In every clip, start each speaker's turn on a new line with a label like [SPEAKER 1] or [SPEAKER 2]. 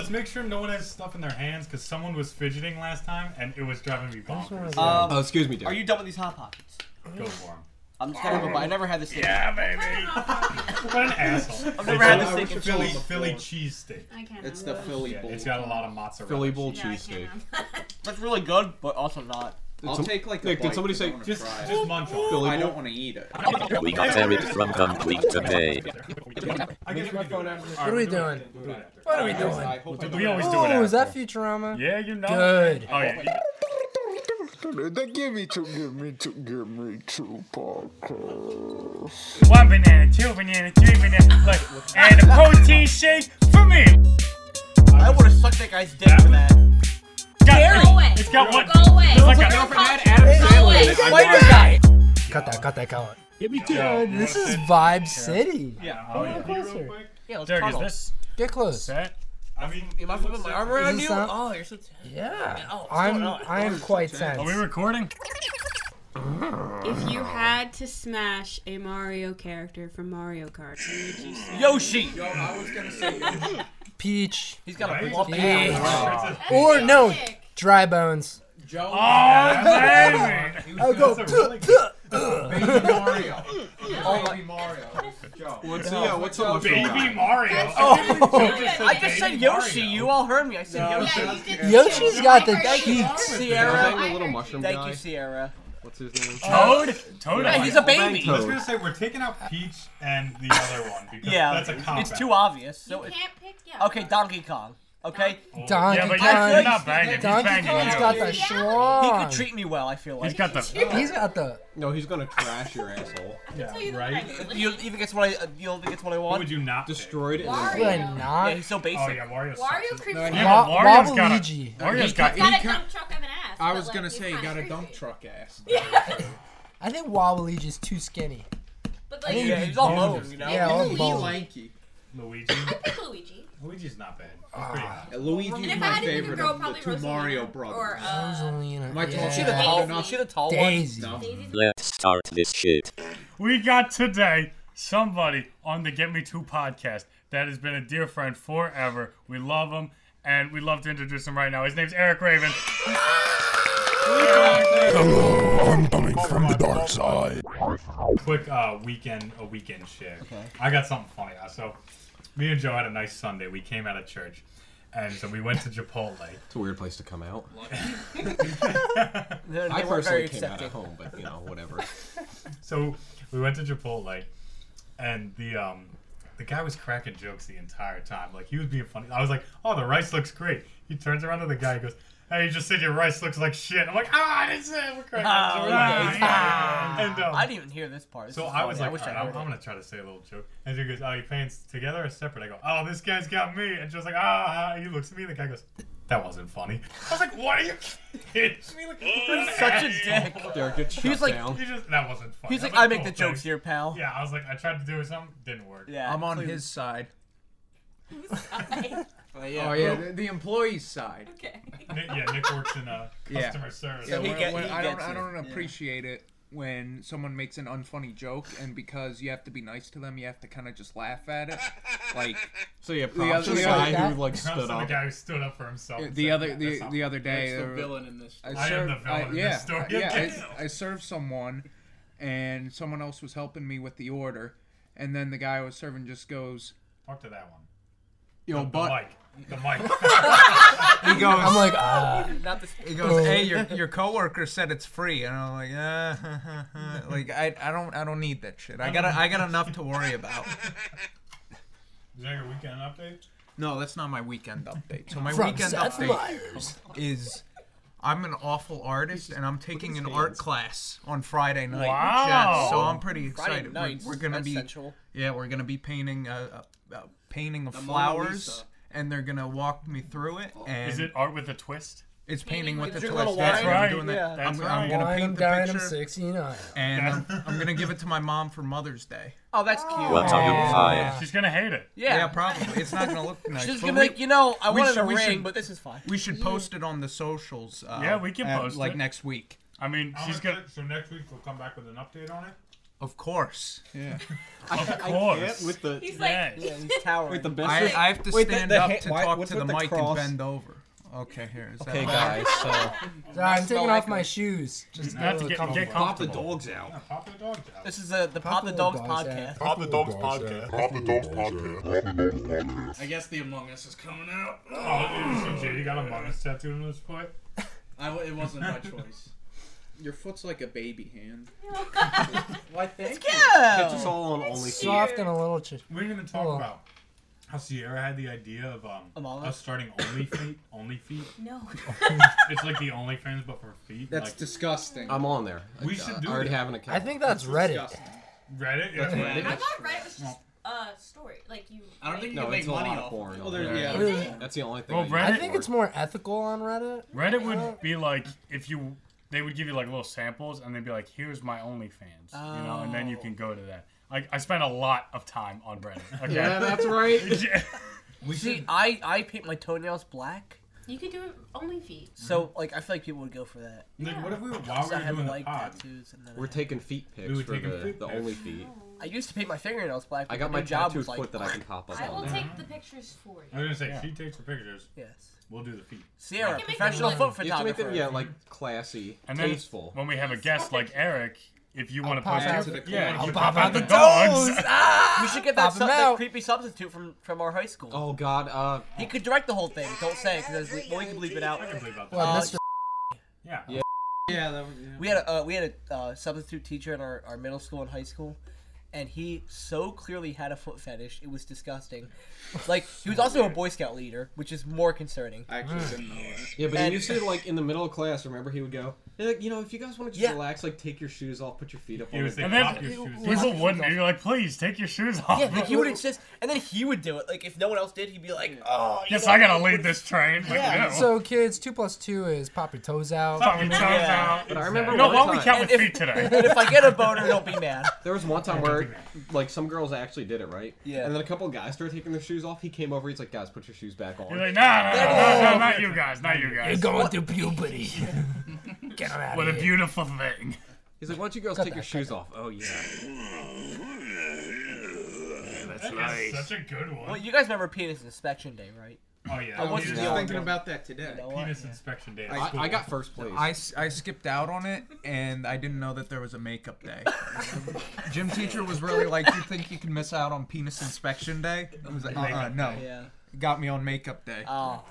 [SPEAKER 1] let's make sure no one has stuff in their hands because someone was fidgeting last time and it was driving me bonkers.
[SPEAKER 2] Um,
[SPEAKER 3] Oh, excuse me, Derek.
[SPEAKER 2] are you done with these hot pockets?
[SPEAKER 1] Go for him.
[SPEAKER 2] I'm just gonna have a bite. I never had this thing.
[SPEAKER 1] Yeah, baby. what an asshole.
[SPEAKER 2] I've never had
[SPEAKER 3] I
[SPEAKER 2] this thing.
[SPEAKER 3] wish it
[SPEAKER 1] Philly
[SPEAKER 3] was on the
[SPEAKER 1] Philly
[SPEAKER 3] floor.
[SPEAKER 1] cheesesteak.
[SPEAKER 4] I can't.
[SPEAKER 3] It's the Philly
[SPEAKER 1] Yeah,
[SPEAKER 3] Bowl.
[SPEAKER 1] it's got a lot of mozzarella.
[SPEAKER 3] Philly Bowl
[SPEAKER 4] no,
[SPEAKER 3] cheesesteak.
[SPEAKER 4] I can't.
[SPEAKER 2] That's really good, but also not.
[SPEAKER 3] Did
[SPEAKER 5] I'll
[SPEAKER 3] some-
[SPEAKER 5] take like a
[SPEAKER 3] Nick,
[SPEAKER 5] bite,
[SPEAKER 3] did somebody
[SPEAKER 5] but I
[SPEAKER 3] say
[SPEAKER 5] wanna
[SPEAKER 1] Just,
[SPEAKER 5] try it.
[SPEAKER 1] just munch on.
[SPEAKER 3] Philly
[SPEAKER 5] I
[SPEAKER 3] Bowl?
[SPEAKER 5] don't want to eat it.
[SPEAKER 6] We got Eric from Complete Today.
[SPEAKER 1] I guess we can do it.
[SPEAKER 7] What are we doing?
[SPEAKER 1] Do it after.
[SPEAKER 7] What are we
[SPEAKER 5] I
[SPEAKER 7] doing?
[SPEAKER 5] hope I
[SPEAKER 1] We
[SPEAKER 5] don't-
[SPEAKER 1] always do it.
[SPEAKER 7] Oh, is that
[SPEAKER 1] after.
[SPEAKER 7] Futurama?
[SPEAKER 1] Yeah, you know.
[SPEAKER 7] Good.
[SPEAKER 1] Oh yeah. you-
[SPEAKER 8] That give me two, give me two, give me two podcast.
[SPEAKER 1] One banana, two banana, three banana, like, and a protein shake for me.
[SPEAKER 2] I would have sucked that guy's dick for that.
[SPEAKER 1] Got,
[SPEAKER 4] Go away.
[SPEAKER 1] it's got one.
[SPEAKER 4] Go away.
[SPEAKER 1] It's like a-
[SPEAKER 4] Go away.
[SPEAKER 7] Cut that, cut that, cut that.
[SPEAKER 1] Yo,
[SPEAKER 7] Dude, this
[SPEAKER 1] you wanna
[SPEAKER 7] is
[SPEAKER 1] sit-
[SPEAKER 7] Vibe City.
[SPEAKER 2] Yeah.
[SPEAKER 1] Oh, yeah.
[SPEAKER 7] closer.
[SPEAKER 1] Real quick.
[SPEAKER 2] Yeah, let's
[SPEAKER 1] Derek, is
[SPEAKER 2] cuddle.
[SPEAKER 1] this
[SPEAKER 7] Get close.
[SPEAKER 1] set? I mean,
[SPEAKER 2] Am I flipping my arm
[SPEAKER 7] Is
[SPEAKER 2] around
[SPEAKER 7] this
[SPEAKER 2] you?
[SPEAKER 7] not-
[SPEAKER 2] Oh, you're so tense.
[SPEAKER 7] Yeah.
[SPEAKER 2] Oh, it's
[SPEAKER 7] I'm
[SPEAKER 2] going on.
[SPEAKER 7] I am quite tense.
[SPEAKER 1] are we recording?
[SPEAKER 4] If you had to smash a Mario character from Mario Kart, who would you smash?
[SPEAKER 2] Yoshi.
[SPEAKER 5] Yo, I was gonna say that
[SPEAKER 7] Peach.
[SPEAKER 2] He's got a
[SPEAKER 1] Right?
[SPEAKER 2] bluff
[SPEAKER 7] Yeah.
[SPEAKER 2] ass.
[SPEAKER 7] Or no, dry bones.
[SPEAKER 5] Joe
[SPEAKER 1] Oh, baby.
[SPEAKER 7] I'll go.
[SPEAKER 1] That's a really
[SPEAKER 5] Baby Mario. Oh, Baby Mario. Joe.
[SPEAKER 3] What's yeah? What's up?
[SPEAKER 1] Baby Mario. Oh.
[SPEAKER 2] I just said Yoshi. You all heard me. I said
[SPEAKER 5] No.
[SPEAKER 2] Yoshi.
[SPEAKER 5] Yeah.
[SPEAKER 7] Yoshi's got the
[SPEAKER 2] Thank you,
[SPEAKER 7] cheeks.
[SPEAKER 3] Is
[SPEAKER 2] Sierra.
[SPEAKER 3] that the little
[SPEAKER 4] I-
[SPEAKER 3] mushroom
[SPEAKER 2] Thank
[SPEAKER 3] guy?
[SPEAKER 2] you, Sierra.
[SPEAKER 3] What's his name?
[SPEAKER 1] Toad. Toad.
[SPEAKER 2] Yeah, he's a baby.
[SPEAKER 1] I was gonna say we're taking out Peach and the other one because
[SPEAKER 2] Yeah.
[SPEAKER 1] that's a combat.
[SPEAKER 2] It's too obvious.
[SPEAKER 4] You
[SPEAKER 2] So
[SPEAKER 4] can't
[SPEAKER 2] it-
[SPEAKER 4] pick. Yeah.
[SPEAKER 2] okay, Donkey Kong. Okay,
[SPEAKER 7] Donkey
[SPEAKER 1] yeah, but
[SPEAKER 7] Kong.
[SPEAKER 1] you're not banging. He's
[SPEAKER 7] Donkey
[SPEAKER 1] banging
[SPEAKER 7] Kong's
[SPEAKER 1] you.
[SPEAKER 7] got the
[SPEAKER 4] Yeah.
[SPEAKER 2] he
[SPEAKER 7] schlong.
[SPEAKER 2] could treat me well. I feel
[SPEAKER 1] He's got
[SPEAKER 2] like.
[SPEAKER 1] the.
[SPEAKER 7] He's got the.
[SPEAKER 3] No, he's gonna trash your asshole.
[SPEAKER 1] Yeah, right.
[SPEAKER 2] You don't even gets what I. You don't think it's what I
[SPEAKER 1] What
[SPEAKER 2] want.
[SPEAKER 1] would you not pick?
[SPEAKER 3] Destroyed and then
[SPEAKER 4] Wario.
[SPEAKER 7] Really
[SPEAKER 2] Yeah,
[SPEAKER 7] not.
[SPEAKER 2] he's so
[SPEAKER 1] Oh
[SPEAKER 2] basic.
[SPEAKER 1] yeah, Wario. sucks.
[SPEAKER 4] Wario creeps
[SPEAKER 5] No,
[SPEAKER 4] me
[SPEAKER 5] he-
[SPEAKER 1] Yeah, but
[SPEAKER 7] Wa-
[SPEAKER 1] Wario's got
[SPEAKER 7] Waluigi.
[SPEAKER 1] a, Wario's got.
[SPEAKER 5] He
[SPEAKER 4] Got a
[SPEAKER 5] ca-
[SPEAKER 4] dump truck of an ass.
[SPEAKER 5] I
[SPEAKER 4] but,
[SPEAKER 5] was
[SPEAKER 4] like,
[SPEAKER 5] gonna
[SPEAKER 4] it's
[SPEAKER 5] say
[SPEAKER 4] kinda
[SPEAKER 5] got a
[SPEAKER 4] crazy.
[SPEAKER 5] dump truck ass.
[SPEAKER 7] I think Waluigi's too skinny.
[SPEAKER 4] But
[SPEAKER 7] I
[SPEAKER 4] like,
[SPEAKER 7] think
[SPEAKER 2] Yeah,
[SPEAKER 7] he'd
[SPEAKER 2] he's
[SPEAKER 7] be
[SPEAKER 2] all
[SPEAKER 7] bald.
[SPEAKER 2] bone, you know.
[SPEAKER 7] Yeah, all
[SPEAKER 5] Ooh, he
[SPEAKER 7] bone.
[SPEAKER 5] lanky.
[SPEAKER 1] Luigi.
[SPEAKER 4] pick Luigi.
[SPEAKER 1] Luigi's not bad.
[SPEAKER 7] Ah.
[SPEAKER 4] And
[SPEAKER 5] Luigi's
[SPEAKER 4] if I
[SPEAKER 5] my
[SPEAKER 4] had to pick a
[SPEAKER 5] favorite
[SPEAKER 4] girl,
[SPEAKER 5] of the
[SPEAKER 4] probably
[SPEAKER 5] two
[SPEAKER 4] Rosalina.
[SPEAKER 5] Mario
[SPEAKER 4] Or
[SPEAKER 5] brothers.
[SPEAKER 4] uh,
[SPEAKER 7] Rosalina.
[SPEAKER 5] Am I tall?
[SPEAKER 7] yeah.
[SPEAKER 2] She the tall one. She the tall one.
[SPEAKER 7] Daisy.
[SPEAKER 5] No.
[SPEAKER 4] Daisy.
[SPEAKER 6] Let's start this shit.
[SPEAKER 1] We got today somebody on the Get Me Two podcast that has been a dear friend forever. We love him, and we love to introduce him right now. His name's Eric Raven.
[SPEAKER 8] Hello, I'm coming from the dark side.
[SPEAKER 1] Quick uh, weekend, a weekend share. I got something funny. Uh, So, me and Joe had a nice Sunday. We came out of church, and so we went to Chipotle.
[SPEAKER 3] It's a weird place to come out.
[SPEAKER 2] They- they
[SPEAKER 3] I
[SPEAKER 2] were
[SPEAKER 3] personally
[SPEAKER 2] very
[SPEAKER 3] came out
[SPEAKER 2] accepting.
[SPEAKER 3] at home, but you know, whatever.
[SPEAKER 1] So we went to Chipotle, and the um, the guy was cracking jokes the entire time. Like he was being funny. I was like, "Oh, the rice looks great." He turns around to the guy, and goes, "Hey, you just said your rice looks like shit." I'm like, "Ah, I didn't say it. We're cracking
[SPEAKER 2] Oh,
[SPEAKER 1] jokes."
[SPEAKER 2] yeah, he's
[SPEAKER 1] Ah, and, um,
[SPEAKER 2] I didn't even hear this part. This
[SPEAKER 1] so
[SPEAKER 2] is
[SPEAKER 1] I was
[SPEAKER 2] funny.
[SPEAKER 1] like,
[SPEAKER 2] I wish I
[SPEAKER 1] "Alright,
[SPEAKER 2] heard
[SPEAKER 1] I'm,
[SPEAKER 2] it.
[SPEAKER 1] I'm gonna try to say a little joke. And she goes, "Oh, you paying s- together or separate?" I go, "Oh, this guy's got me." And she was like, "Ah." He looks at me, and the guy goes, "That wasn't funny." I was like, "What are you kidding me?" Like, you're an
[SPEAKER 2] Such a
[SPEAKER 1] asshole."
[SPEAKER 2] dick.
[SPEAKER 3] Derek gets shut
[SPEAKER 2] He was like-
[SPEAKER 3] down.
[SPEAKER 1] He just that wasn't funny.
[SPEAKER 2] He's
[SPEAKER 1] I was
[SPEAKER 2] like, I make
[SPEAKER 1] "Cool,
[SPEAKER 2] the jokes
[SPEAKER 1] thanks."
[SPEAKER 2] here, pal.
[SPEAKER 1] Yeah, I was like, I tried to do something, didn't work.
[SPEAKER 2] Yeah.
[SPEAKER 5] I'm on his side.
[SPEAKER 2] Oh,
[SPEAKER 5] Oh yeah, the, the employee's side.
[SPEAKER 4] Okay.
[SPEAKER 1] Nick, yeah, Nick works in uh,
[SPEAKER 5] Yeah.
[SPEAKER 1] customer service.
[SPEAKER 5] Yeah,
[SPEAKER 2] he
[SPEAKER 5] when,
[SPEAKER 2] get-
[SPEAKER 5] when
[SPEAKER 2] he
[SPEAKER 5] I don't,
[SPEAKER 2] gets
[SPEAKER 5] I
[SPEAKER 2] it.
[SPEAKER 5] don't
[SPEAKER 2] Yeah.
[SPEAKER 5] appreciate it when someone makes an unfunny joke, and because you have to be nice to them, you have to kind of just laugh at it. Like
[SPEAKER 3] So yeah,
[SPEAKER 5] The
[SPEAKER 3] props
[SPEAKER 5] other-
[SPEAKER 3] to the
[SPEAKER 5] the
[SPEAKER 3] guy
[SPEAKER 7] other-
[SPEAKER 3] who like
[SPEAKER 1] Props to
[SPEAKER 3] stood
[SPEAKER 1] the
[SPEAKER 3] up.
[SPEAKER 1] guy who stood up for himself. and
[SPEAKER 5] the
[SPEAKER 1] said,
[SPEAKER 5] other
[SPEAKER 1] "Yeah,
[SPEAKER 5] the,
[SPEAKER 1] that's not
[SPEAKER 5] the other day,
[SPEAKER 9] It's the
[SPEAKER 5] there-
[SPEAKER 9] villain in this.
[SPEAKER 5] I,
[SPEAKER 1] I am
[SPEAKER 5] served,
[SPEAKER 1] the villain in this
[SPEAKER 5] yeah,
[SPEAKER 1] story.
[SPEAKER 5] yeah, I, I served someone, and someone else was helping me with the order, and then the guy I was serving just goes,
[SPEAKER 1] Talk to that one.
[SPEAKER 5] "Yo,
[SPEAKER 1] The
[SPEAKER 5] but."
[SPEAKER 1] mic. The mic.
[SPEAKER 5] He goes.
[SPEAKER 7] I'm like, ah.
[SPEAKER 2] Not this.
[SPEAKER 5] He goes, "Hey, your your coworker said it's free," and I'm like, uh, like I, I don't I don't need that shit. I got I got enough to worry about.
[SPEAKER 1] Is that your weekend update?
[SPEAKER 5] No, that's not my weekend update. So my
[SPEAKER 7] From
[SPEAKER 5] weekend
[SPEAKER 7] Seth
[SPEAKER 5] update
[SPEAKER 7] Meyers.
[SPEAKER 5] is I'm an awful artist and I'm taking an art class on Friday night.
[SPEAKER 1] Wow.
[SPEAKER 5] Yes, so I'm pretty
[SPEAKER 2] Friday
[SPEAKER 5] excited. We're-
[SPEAKER 2] nights.
[SPEAKER 5] we're, gonna
[SPEAKER 2] that's
[SPEAKER 5] be
[SPEAKER 2] sensual.
[SPEAKER 5] yeah, we're gonna be painting a, a, a painting of
[SPEAKER 9] Mona
[SPEAKER 5] flowers.
[SPEAKER 9] Lisa.
[SPEAKER 5] And they're gonna walk me through it, and
[SPEAKER 1] Is it art with a twist?
[SPEAKER 5] it's painting with the
[SPEAKER 2] Drink a little
[SPEAKER 5] twist. That's
[SPEAKER 2] wine.
[SPEAKER 5] what I'm
[SPEAKER 1] Right,
[SPEAKER 5] doing. that.
[SPEAKER 2] yeah.
[SPEAKER 1] That's
[SPEAKER 5] I'm, I'm gonna
[SPEAKER 7] Wine,
[SPEAKER 5] paint the
[SPEAKER 7] dine,
[SPEAKER 5] picture,
[SPEAKER 7] 69.
[SPEAKER 5] and I'm, I'm gonna give it to my mom for Mother's Day.
[SPEAKER 2] Oh, that's cute.
[SPEAKER 6] What are you five?
[SPEAKER 1] She's gonna hate it.
[SPEAKER 2] Yeah.
[SPEAKER 5] probably. It's not gonna look nice.
[SPEAKER 2] She's
[SPEAKER 5] but
[SPEAKER 2] gonna be like, you know, I
[SPEAKER 5] we
[SPEAKER 2] wanted
[SPEAKER 5] should-
[SPEAKER 2] a
[SPEAKER 5] we
[SPEAKER 2] ring,
[SPEAKER 5] should-
[SPEAKER 2] but this is fine.
[SPEAKER 5] we should post it on the socials. Uh,
[SPEAKER 1] Yeah, we can
[SPEAKER 5] at-
[SPEAKER 1] post
[SPEAKER 5] like
[SPEAKER 1] it.
[SPEAKER 5] next week.
[SPEAKER 1] I mean, she's gonna.
[SPEAKER 9] So next week we'll come back with an update on it.
[SPEAKER 5] Of course.
[SPEAKER 9] Yeah.
[SPEAKER 3] Of
[SPEAKER 9] course.
[SPEAKER 3] with the
[SPEAKER 10] He's like,
[SPEAKER 9] Yeah.
[SPEAKER 7] he's towering.
[SPEAKER 3] with the best.
[SPEAKER 5] I, I have to
[SPEAKER 3] Wait, the-
[SPEAKER 5] stand
[SPEAKER 3] the
[SPEAKER 5] up
[SPEAKER 3] ha-
[SPEAKER 5] to
[SPEAKER 3] why-
[SPEAKER 5] talk
[SPEAKER 3] what's
[SPEAKER 5] to the
[SPEAKER 3] with the
[SPEAKER 5] mic
[SPEAKER 3] cross?
[SPEAKER 5] and bend over. Okay, here. Is that
[SPEAKER 3] okay,
[SPEAKER 5] better?
[SPEAKER 3] guys. So
[SPEAKER 7] Sorry, I'm taking
[SPEAKER 5] smell
[SPEAKER 7] off
[SPEAKER 5] like
[SPEAKER 7] my
[SPEAKER 5] a-
[SPEAKER 7] shoes. Just
[SPEAKER 11] Not
[SPEAKER 7] a
[SPEAKER 11] to
[SPEAKER 7] little
[SPEAKER 11] get, get
[SPEAKER 7] comfortable.
[SPEAKER 3] pop the
[SPEAKER 11] comfortable.
[SPEAKER 3] dogs out.
[SPEAKER 11] Yeah, Pop the dog out.
[SPEAKER 2] This is uh, the Pop the
[SPEAKER 7] Pop
[SPEAKER 2] Dogs
[SPEAKER 7] the Dogs
[SPEAKER 2] podcast.
[SPEAKER 1] Pop the Dogs podcast. Pop the Dogs podcast.
[SPEAKER 9] I guess the Among Us is coming out.
[SPEAKER 11] Oh, dude, you got a Us tattooed on his foot.
[SPEAKER 9] I, it wasn't my choice. Your foot's like a baby hand. Why, thank
[SPEAKER 3] Catch us
[SPEAKER 2] Yeah.
[SPEAKER 3] all on OnlyFans.
[SPEAKER 7] Soft and a little. Ch-
[SPEAKER 11] We didn't even talk
[SPEAKER 7] Oh.
[SPEAKER 11] about how Sierra had the idea of um
[SPEAKER 2] Among
[SPEAKER 11] us
[SPEAKER 2] Us?
[SPEAKER 11] starting Only Feet. Only Feet.
[SPEAKER 10] no.
[SPEAKER 11] It's like the OnlyFans but for feet.
[SPEAKER 9] That's
[SPEAKER 11] like
[SPEAKER 9] disgusting.
[SPEAKER 3] I'm on there.
[SPEAKER 11] We
[SPEAKER 3] I,
[SPEAKER 11] should
[SPEAKER 3] uh,
[SPEAKER 11] do
[SPEAKER 3] I already
[SPEAKER 11] that.
[SPEAKER 3] have an account.
[SPEAKER 7] I think that's Reddit.
[SPEAKER 9] Disgusting.
[SPEAKER 11] Reddit. Yeah.
[SPEAKER 9] Reddit.
[SPEAKER 10] I thought Reddit was just a story. Like you.
[SPEAKER 9] I don't think you
[SPEAKER 3] No,
[SPEAKER 9] can make
[SPEAKER 3] it's a
[SPEAKER 9] money
[SPEAKER 3] lot of
[SPEAKER 9] off
[SPEAKER 3] porn
[SPEAKER 9] it.
[SPEAKER 3] on
[SPEAKER 9] Oh, there-
[SPEAKER 3] there.
[SPEAKER 9] yeah.
[SPEAKER 7] Really?
[SPEAKER 3] that's the only thing.
[SPEAKER 1] Well,
[SPEAKER 3] use
[SPEAKER 1] Reddit-
[SPEAKER 3] it
[SPEAKER 7] I
[SPEAKER 3] for.
[SPEAKER 7] think it's more ethical on Reddit.
[SPEAKER 1] Reddit would be like if you they would give you like little samples and they'd be like, "Here's my OnlyFans," you know, and then you can go to that. Like I spent a lot of time on Reddit. Okay.
[SPEAKER 3] Yeah, that's right.
[SPEAKER 1] Yeah.
[SPEAKER 11] We
[SPEAKER 2] See,
[SPEAKER 11] should.
[SPEAKER 2] I I paint my toenails black,
[SPEAKER 10] You could do it only feet.
[SPEAKER 2] so like I feel like people would go for that.
[SPEAKER 11] Like, what if we were while
[SPEAKER 2] So
[SPEAKER 11] we
[SPEAKER 2] I
[SPEAKER 11] were
[SPEAKER 2] have
[SPEAKER 11] doing the
[SPEAKER 2] like
[SPEAKER 11] pod?
[SPEAKER 2] tattoos, and then
[SPEAKER 3] We're
[SPEAKER 2] I,
[SPEAKER 3] taking feet pics
[SPEAKER 11] We were
[SPEAKER 3] for
[SPEAKER 11] taking
[SPEAKER 3] the,
[SPEAKER 11] feet
[SPEAKER 3] the
[SPEAKER 11] pics.
[SPEAKER 3] only feet.
[SPEAKER 2] I used to paint my fingernails black.
[SPEAKER 3] I
[SPEAKER 2] but
[SPEAKER 3] got
[SPEAKER 2] my
[SPEAKER 3] my
[SPEAKER 2] new job
[SPEAKER 3] tattooed
[SPEAKER 2] was like
[SPEAKER 3] foot that I can pop up
[SPEAKER 10] I will
[SPEAKER 3] on.
[SPEAKER 10] take the pictures for
[SPEAKER 11] I was
[SPEAKER 10] you.
[SPEAKER 11] gonna say
[SPEAKER 1] Yeah.
[SPEAKER 11] she takes the pictures.
[SPEAKER 2] Yes,
[SPEAKER 11] We'll do the feet.
[SPEAKER 10] make
[SPEAKER 2] Sierra,
[SPEAKER 10] them
[SPEAKER 2] professional
[SPEAKER 10] look-
[SPEAKER 2] foot
[SPEAKER 3] You have to make
[SPEAKER 2] photographer.
[SPEAKER 3] them, yeah, like classy,
[SPEAKER 1] And then
[SPEAKER 3] tasteful.
[SPEAKER 1] when we have a guest like Eric, if you want to
[SPEAKER 7] pop
[SPEAKER 1] post
[SPEAKER 7] out
[SPEAKER 1] your
[SPEAKER 9] To the
[SPEAKER 11] Yeah,
[SPEAKER 9] corner.
[SPEAKER 11] you
[SPEAKER 7] pop out the
[SPEAKER 1] dogs.
[SPEAKER 2] we should get that,
[SPEAKER 7] Pop
[SPEAKER 2] sub-
[SPEAKER 7] 'em
[SPEAKER 2] that
[SPEAKER 7] out.
[SPEAKER 2] creepy substitute from from our high school.
[SPEAKER 3] Oh God, uh,
[SPEAKER 2] He could direct the whole thing. Don't say it because well, we can bleep it out.
[SPEAKER 11] I can believe about that.
[SPEAKER 7] Well,
[SPEAKER 1] Oh,
[SPEAKER 2] Uh,
[SPEAKER 7] Mr.
[SPEAKER 11] yeah.
[SPEAKER 3] yeah.
[SPEAKER 9] Yeah, that would, yeah.
[SPEAKER 2] We had a uh, we had a uh, substitute teacher in our, our middle school and high school, and he so clearly had a foot fetish. It was disgusting. Like he was also a Boy Scout leader, which is more concerning.
[SPEAKER 9] I actually didn't know that.
[SPEAKER 3] yeah, but
[SPEAKER 2] And-
[SPEAKER 3] he used to like in the middle of class. Remember, he would go, "Yeah, like, you know, if you guys want to just
[SPEAKER 2] Yeah.
[SPEAKER 3] relax, like take your shoes off, put your feet up
[SPEAKER 11] He
[SPEAKER 3] on
[SPEAKER 11] was
[SPEAKER 3] the
[SPEAKER 11] saying,
[SPEAKER 1] And then
[SPEAKER 11] pop your shoes.
[SPEAKER 1] people wouldn't. And you're like, please take your shoes off.
[SPEAKER 2] Yeah, like he would insist, and then he would do it. Like if no one else did, he'd be like, "Oh, you
[SPEAKER 1] Yes,
[SPEAKER 2] know,
[SPEAKER 1] I gotta leave this train. Like,
[SPEAKER 2] Yeah.
[SPEAKER 1] no.
[SPEAKER 7] So kids, two plus two is pop your toes out.
[SPEAKER 1] Pop your toes
[SPEAKER 2] Yeah.
[SPEAKER 1] out.
[SPEAKER 3] But I remember
[SPEAKER 1] You know,
[SPEAKER 3] one
[SPEAKER 1] why don't we
[SPEAKER 3] time-
[SPEAKER 1] count with
[SPEAKER 2] And
[SPEAKER 1] feet
[SPEAKER 2] And
[SPEAKER 1] today?
[SPEAKER 2] if I get a boner, don't be mad.
[SPEAKER 3] There was one time where, like, some girls actually did it, right?
[SPEAKER 2] Yeah.
[SPEAKER 3] And then a couple of guys started taking their shoes off. He came over. He's like, "Guys, put your shoes back on."
[SPEAKER 1] You're like, nah, nah, nah, nah, nah, not you guys, not you
[SPEAKER 7] You're
[SPEAKER 1] guys.
[SPEAKER 7] going through puberty. Get 'em out
[SPEAKER 1] What a
[SPEAKER 7] of here.
[SPEAKER 1] beautiful thing.
[SPEAKER 3] He's like, "Why don't you girls take your shoes off?" Oh yeah.
[SPEAKER 1] That's
[SPEAKER 11] That's such a good one.
[SPEAKER 2] Well, you guys remember penis inspection day, right?
[SPEAKER 11] oh yeah.
[SPEAKER 2] I wasn't
[SPEAKER 11] Penis-
[SPEAKER 2] the
[SPEAKER 9] Just
[SPEAKER 2] only
[SPEAKER 9] thinking about that today.
[SPEAKER 2] You know what?
[SPEAKER 11] penis inspection day. at
[SPEAKER 3] I,
[SPEAKER 11] school.
[SPEAKER 3] I got first place.
[SPEAKER 5] I, s- I skipped out on it and I didn't know that there was a makeup day. Gym teacher was really like, You think you can miss out on penis inspection day? I was like, Uh uh no.
[SPEAKER 2] Yeah.
[SPEAKER 5] Got me on makeup day.
[SPEAKER 2] Oh,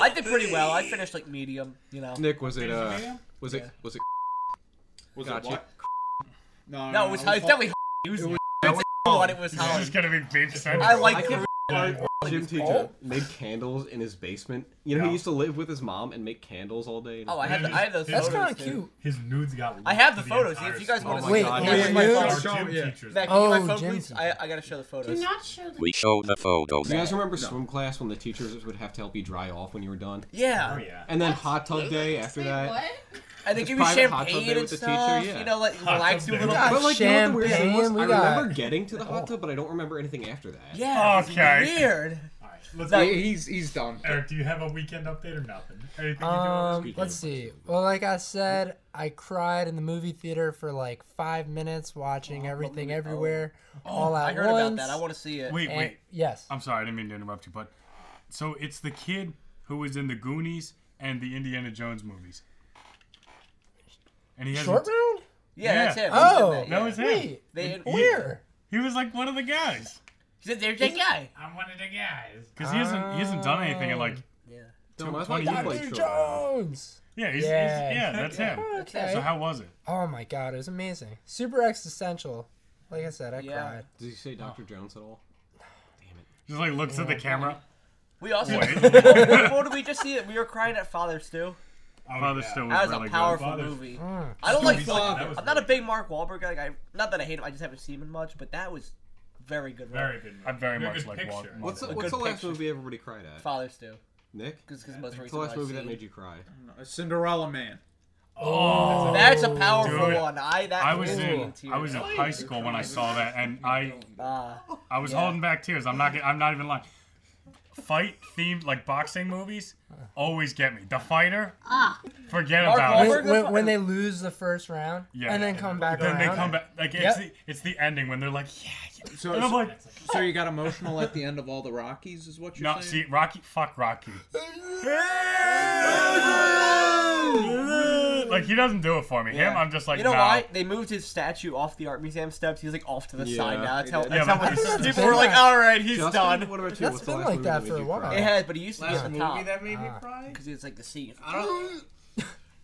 [SPEAKER 2] I did pretty well. I finished like medium. You know.
[SPEAKER 3] Nick, was it?
[SPEAKER 11] Penis
[SPEAKER 3] Uh,
[SPEAKER 11] video?
[SPEAKER 3] was
[SPEAKER 2] Yeah.
[SPEAKER 3] it? Was it?
[SPEAKER 9] Was
[SPEAKER 3] Gotcha.
[SPEAKER 9] it what? No,
[SPEAKER 2] No, it was, it was definitely. It was. It was, it was
[SPEAKER 1] This is
[SPEAKER 2] Holland.
[SPEAKER 1] gonna be beach central.
[SPEAKER 2] I
[SPEAKER 3] I
[SPEAKER 2] like.
[SPEAKER 3] can-
[SPEAKER 1] Yeah.
[SPEAKER 3] gym
[SPEAKER 2] oh.
[SPEAKER 3] teacher made candles in his basement. You know,
[SPEAKER 11] Yeah.
[SPEAKER 3] he used to live with his mom and make candles all day.
[SPEAKER 2] Oh, I have, I have those.
[SPEAKER 11] That's
[SPEAKER 7] That's
[SPEAKER 2] photos,
[SPEAKER 7] kind of
[SPEAKER 2] dude.
[SPEAKER 7] cute.
[SPEAKER 11] His nudes got.
[SPEAKER 2] I have the
[SPEAKER 11] leaked
[SPEAKER 2] photos.
[SPEAKER 11] entire
[SPEAKER 2] If you guys
[SPEAKER 11] school.
[SPEAKER 2] want to
[SPEAKER 7] Wait,
[SPEAKER 2] see,
[SPEAKER 7] God.
[SPEAKER 2] them.
[SPEAKER 7] Yeah,
[SPEAKER 3] yeah,
[SPEAKER 11] Our
[SPEAKER 7] yeah.
[SPEAKER 11] gym
[SPEAKER 9] Show- yeah.
[SPEAKER 11] teachers.
[SPEAKER 2] Matt, can
[SPEAKER 7] Oh,
[SPEAKER 2] you get my phone,
[SPEAKER 7] Jim.
[SPEAKER 2] please? I, I gotta show the
[SPEAKER 10] Do
[SPEAKER 2] photos.
[SPEAKER 10] not show the.
[SPEAKER 6] We show the photos.
[SPEAKER 3] Do you guys remember swim class when the teachers would have to help you dry off when you were done?
[SPEAKER 2] Yeah,
[SPEAKER 11] Oh yeah.
[SPEAKER 3] And then hot tub day after
[SPEAKER 10] Wait,
[SPEAKER 3] that.
[SPEAKER 10] what?
[SPEAKER 2] and they
[SPEAKER 3] Just
[SPEAKER 2] give you
[SPEAKER 3] private hot tub
[SPEAKER 2] champagne
[SPEAKER 3] day
[SPEAKER 2] and
[SPEAKER 3] with the teacher,
[SPEAKER 2] stuff.
[SPEAKER 3] yeah.
[SPEAKER 2] You know, like relax
[SPEAKER 11] tub
[SPEAKER 2] you a
[SPEAKER 11] day.
[SPEAKER 2] little.
[SPEAKER 7] Got
[SPEAKER 3] But like, you know what the weird thing was?
[SPEAKER 7] champagne, we
[SPEAKER 3] I
[SPEAKER 7] got-
[SPEAKER 3] remember getting to the hot tub, but I don't remember anything after that.
[SPEAKER 2] Yeah, it was
[SPEAKER 1] Okay.
[SPEAKER 2] weird.
[SPEAKER 11] All right. Let's
[SPEAKER 2] That-
[SPEAKER 11] go.
[SPEAKER 9] He's he's done.
[SPEAKER 11] Eric, do you have a weekend update or nothing? Anything you do on
[SPEAKER 7] Um, let's see. Well, like I said, I cried in the movie theater for like five minutes watching everything everywhere, all at
[SPEAKER 2] I heard
[SPEAKER 7] once.
[SPEAKER 2] about that. I want to see it.
[SPEAKER 1] Wait,
[SPEAKER 7] And-
[SPEAKER 1] wait.
[SPEAKER 7] Yes.
[SPEAKER 1] I'm sorry, I didn't mean to interrupt you, but so it's the kid who was in the Goonies and the Indiana Jones movies. And he has
[SPEAKER 7] Short round?
[SPEAKER 2] yeah,
[SPEAKER 1] yeah.
[SPEAKER 2] that's him.
[SPEAKER 7] Oh.
[SPEAKER 2] He's in
[SPEAKER 1] That
[SPEAKER 2] that, yeah.
[SPEAKER 1] was him.
[SPEAKER 7] Wait.
[SPEAKER 2] They-
[SPEAKER 7] Where?
[SPEAKER 1] He was like one of the guys
[SPEAKER 2] He's a Dare Jake guy.
[SPEAKER 11] I'm one of the guys.
[SPEAKER 1] because he hasn't he hasn't done anything in like
[SPEAKER 2] Yeah,
[SPEAKER 3] No, that's why you
[SPEAKER 1] 20
[SPEAKER 3] played
[SPEAKER 7] Dr.
[SPEAKER 3] short round.
[SPEAKER 7] Jones.
[SPEAKER 1] yeah he's,
[SPEAKER 7] Yeah.
[SPEAKER 1] He's, yeah that's him.
[SPEAKER 7] Okay.
[SPEAKER 1] So how was it?
[SPEAKER 7] oh my god, it was amazing. Super existential. Like I said, I
[SPEAKER 2] Yeah.
[SPEAKER 7] cried.
[SPEAKER 3] Did he say Dr. Jones at all? Damn it.
[SPEAKER 1] Just like looks at the camera.
[SPEAKER 2] we also.
[SPEAKER 1] Wait.
[SPEAKER 2] what did we just see? It. We were crying at Father's too.
[SPEAKER 11] Oh,
[SPEAKER 1] Father
[SPEAKER 11] yeah.
[SPEAKER 1] still was
[SPEAKER 2] That was
[SPEAKER 1] really
[SPEAKER 2] a powerful
[SPEAKER 11] Father's-
[SPEAKER 2] movie. I don't like.
[SPEAKER 11] Dude,
[SPEAKER 2] Father.
[SPEAKER 11] that was
[SPEAKER 2] I'm not a
[SPEAKER 11] really-
[SPEAKER 2] big Mark Wahlberg guy. I, not that I hate him. I just haven't seen him much. But that was very good. role.
[SPEAKER 11] Very good. Movie.
[SPEAKER 1] I very
[SPEAKER 11] Very
[SPEAKER 1] much
[SPEAKER 11] good
[SPEAKER 1] like
[SPEAKER 11] picture.
[SPEAKER 1] Walk-
[SPEAKER 3] What's the,
[SPEAKER 1] Walk-
[SPEAKER 3] what's the last
[SPEAKER 2] picture.
[SPEAKER 3] movie everybody cried at?
[SPEAKER 2] Fathers do.
[SPEAKER 3] Nick?
[SPEAKER 2] Because because most
[SPEAKER 3] What's the
[SPEAKER 2] recent
[SPEAKER 3] last
[SPEAKER 2] I've
[SPEAKER 3] movie that
[SPEAKER 2] seen.
[SPEAKER 3] made you cry?
[SPEAKER 5] Cinderella Man.
[SPEAKER 1] Oh,
[SPEAKER 2] That's a powerful
[SPEAKER 1] Dude,
[SPEAKER 2] one. I that
[SPEAKER 1] I was
[SPEAKER 2] put me
[SPEAKER 1] in
[SPEAKER 2] tears.
[SPEAKER 1] I was in high school when I saw that, and I
[SPEAKER 2] Ah,
[SPEAKER 1] I was
[SPEAKER 2] Yeah.
[SPEAKER 1] holding back tears. I'm not. I'm not even lying. fight themed like boxing movies always get me. The Fighter, forget
[SPEAKER 7] Mark
[SPEAKER 1] about
[SPEAKER 7] Wahlberg
[SPEAKER 1] it.
[SPEAKER 7] when, when they lose the first round
[SPEAKER 1] Yeah.
[SPEAKER 7] and then come back
[SPEAKER 1] Then
[SPEAKER 7] around.
[SPEAKER 1] they come back. Like
[SPEAKER 7] Yep.
[SPEAKER 1] it's, the, it's the ending when they're like, yeah, yeah.
[SPEAKER 5] So,
[SPEAKER 1] And I'm like,
[SPEAKER 5] so you got emotional at the end of all the Rockies, is what you're
[SPEAKER 1] no,
[SPEAKER 5] saying?
[SPEAKER 1] see, Rocky, fuck Rocky. like he doesn't do it for me. Him, I'm just like,
[SPEAKER 2] you know
[SPEAKER 1] nah.
[SPEAKER 2] why they moved his statue off the art museum steps? He's like off to the side
[SPEAKER 3] Yeah,
[SPEAKER 2] now. That's
[SPEAKER 3] they
[SPEAKER 2] how.
[SPEAKER 3] did.
[SPEAKER 2] That's
[SPEAKER 1] Yeah, but
[SPEAKER 2] how
[SPEAKER 1] it's-
[SPEAKER 2] people were like, all right, he's
[SPEAKER 3] Justin,
[SPEAKER 2] done.
[SPEAKER 3] what about you?
[SPEAKER 7] That's
[SPEAKER 3] What's the
[SPEAKER 7] been
[SPEAKER 3] last
[SPEAKER 7] like
[SPEAKER 3] movie
[SPEAKER 7] that
[SPEAKER 3] made
[SPEAKER 7] for a
[SPEAKER 3] you
[SPEAKER 7] while.
[SPEAKER 3] cry?
[SPEAKER 2] It has, but he used to be at
[SPEAKER 9] Last
[SPEAKER 2] the
[SPEAKER 9] movie
[SPEAKER 2] top
[SPEAKER 9] that made me cry?
[SPEAKER 2] because it's like the scene.
[SPEAKER 9] I don't.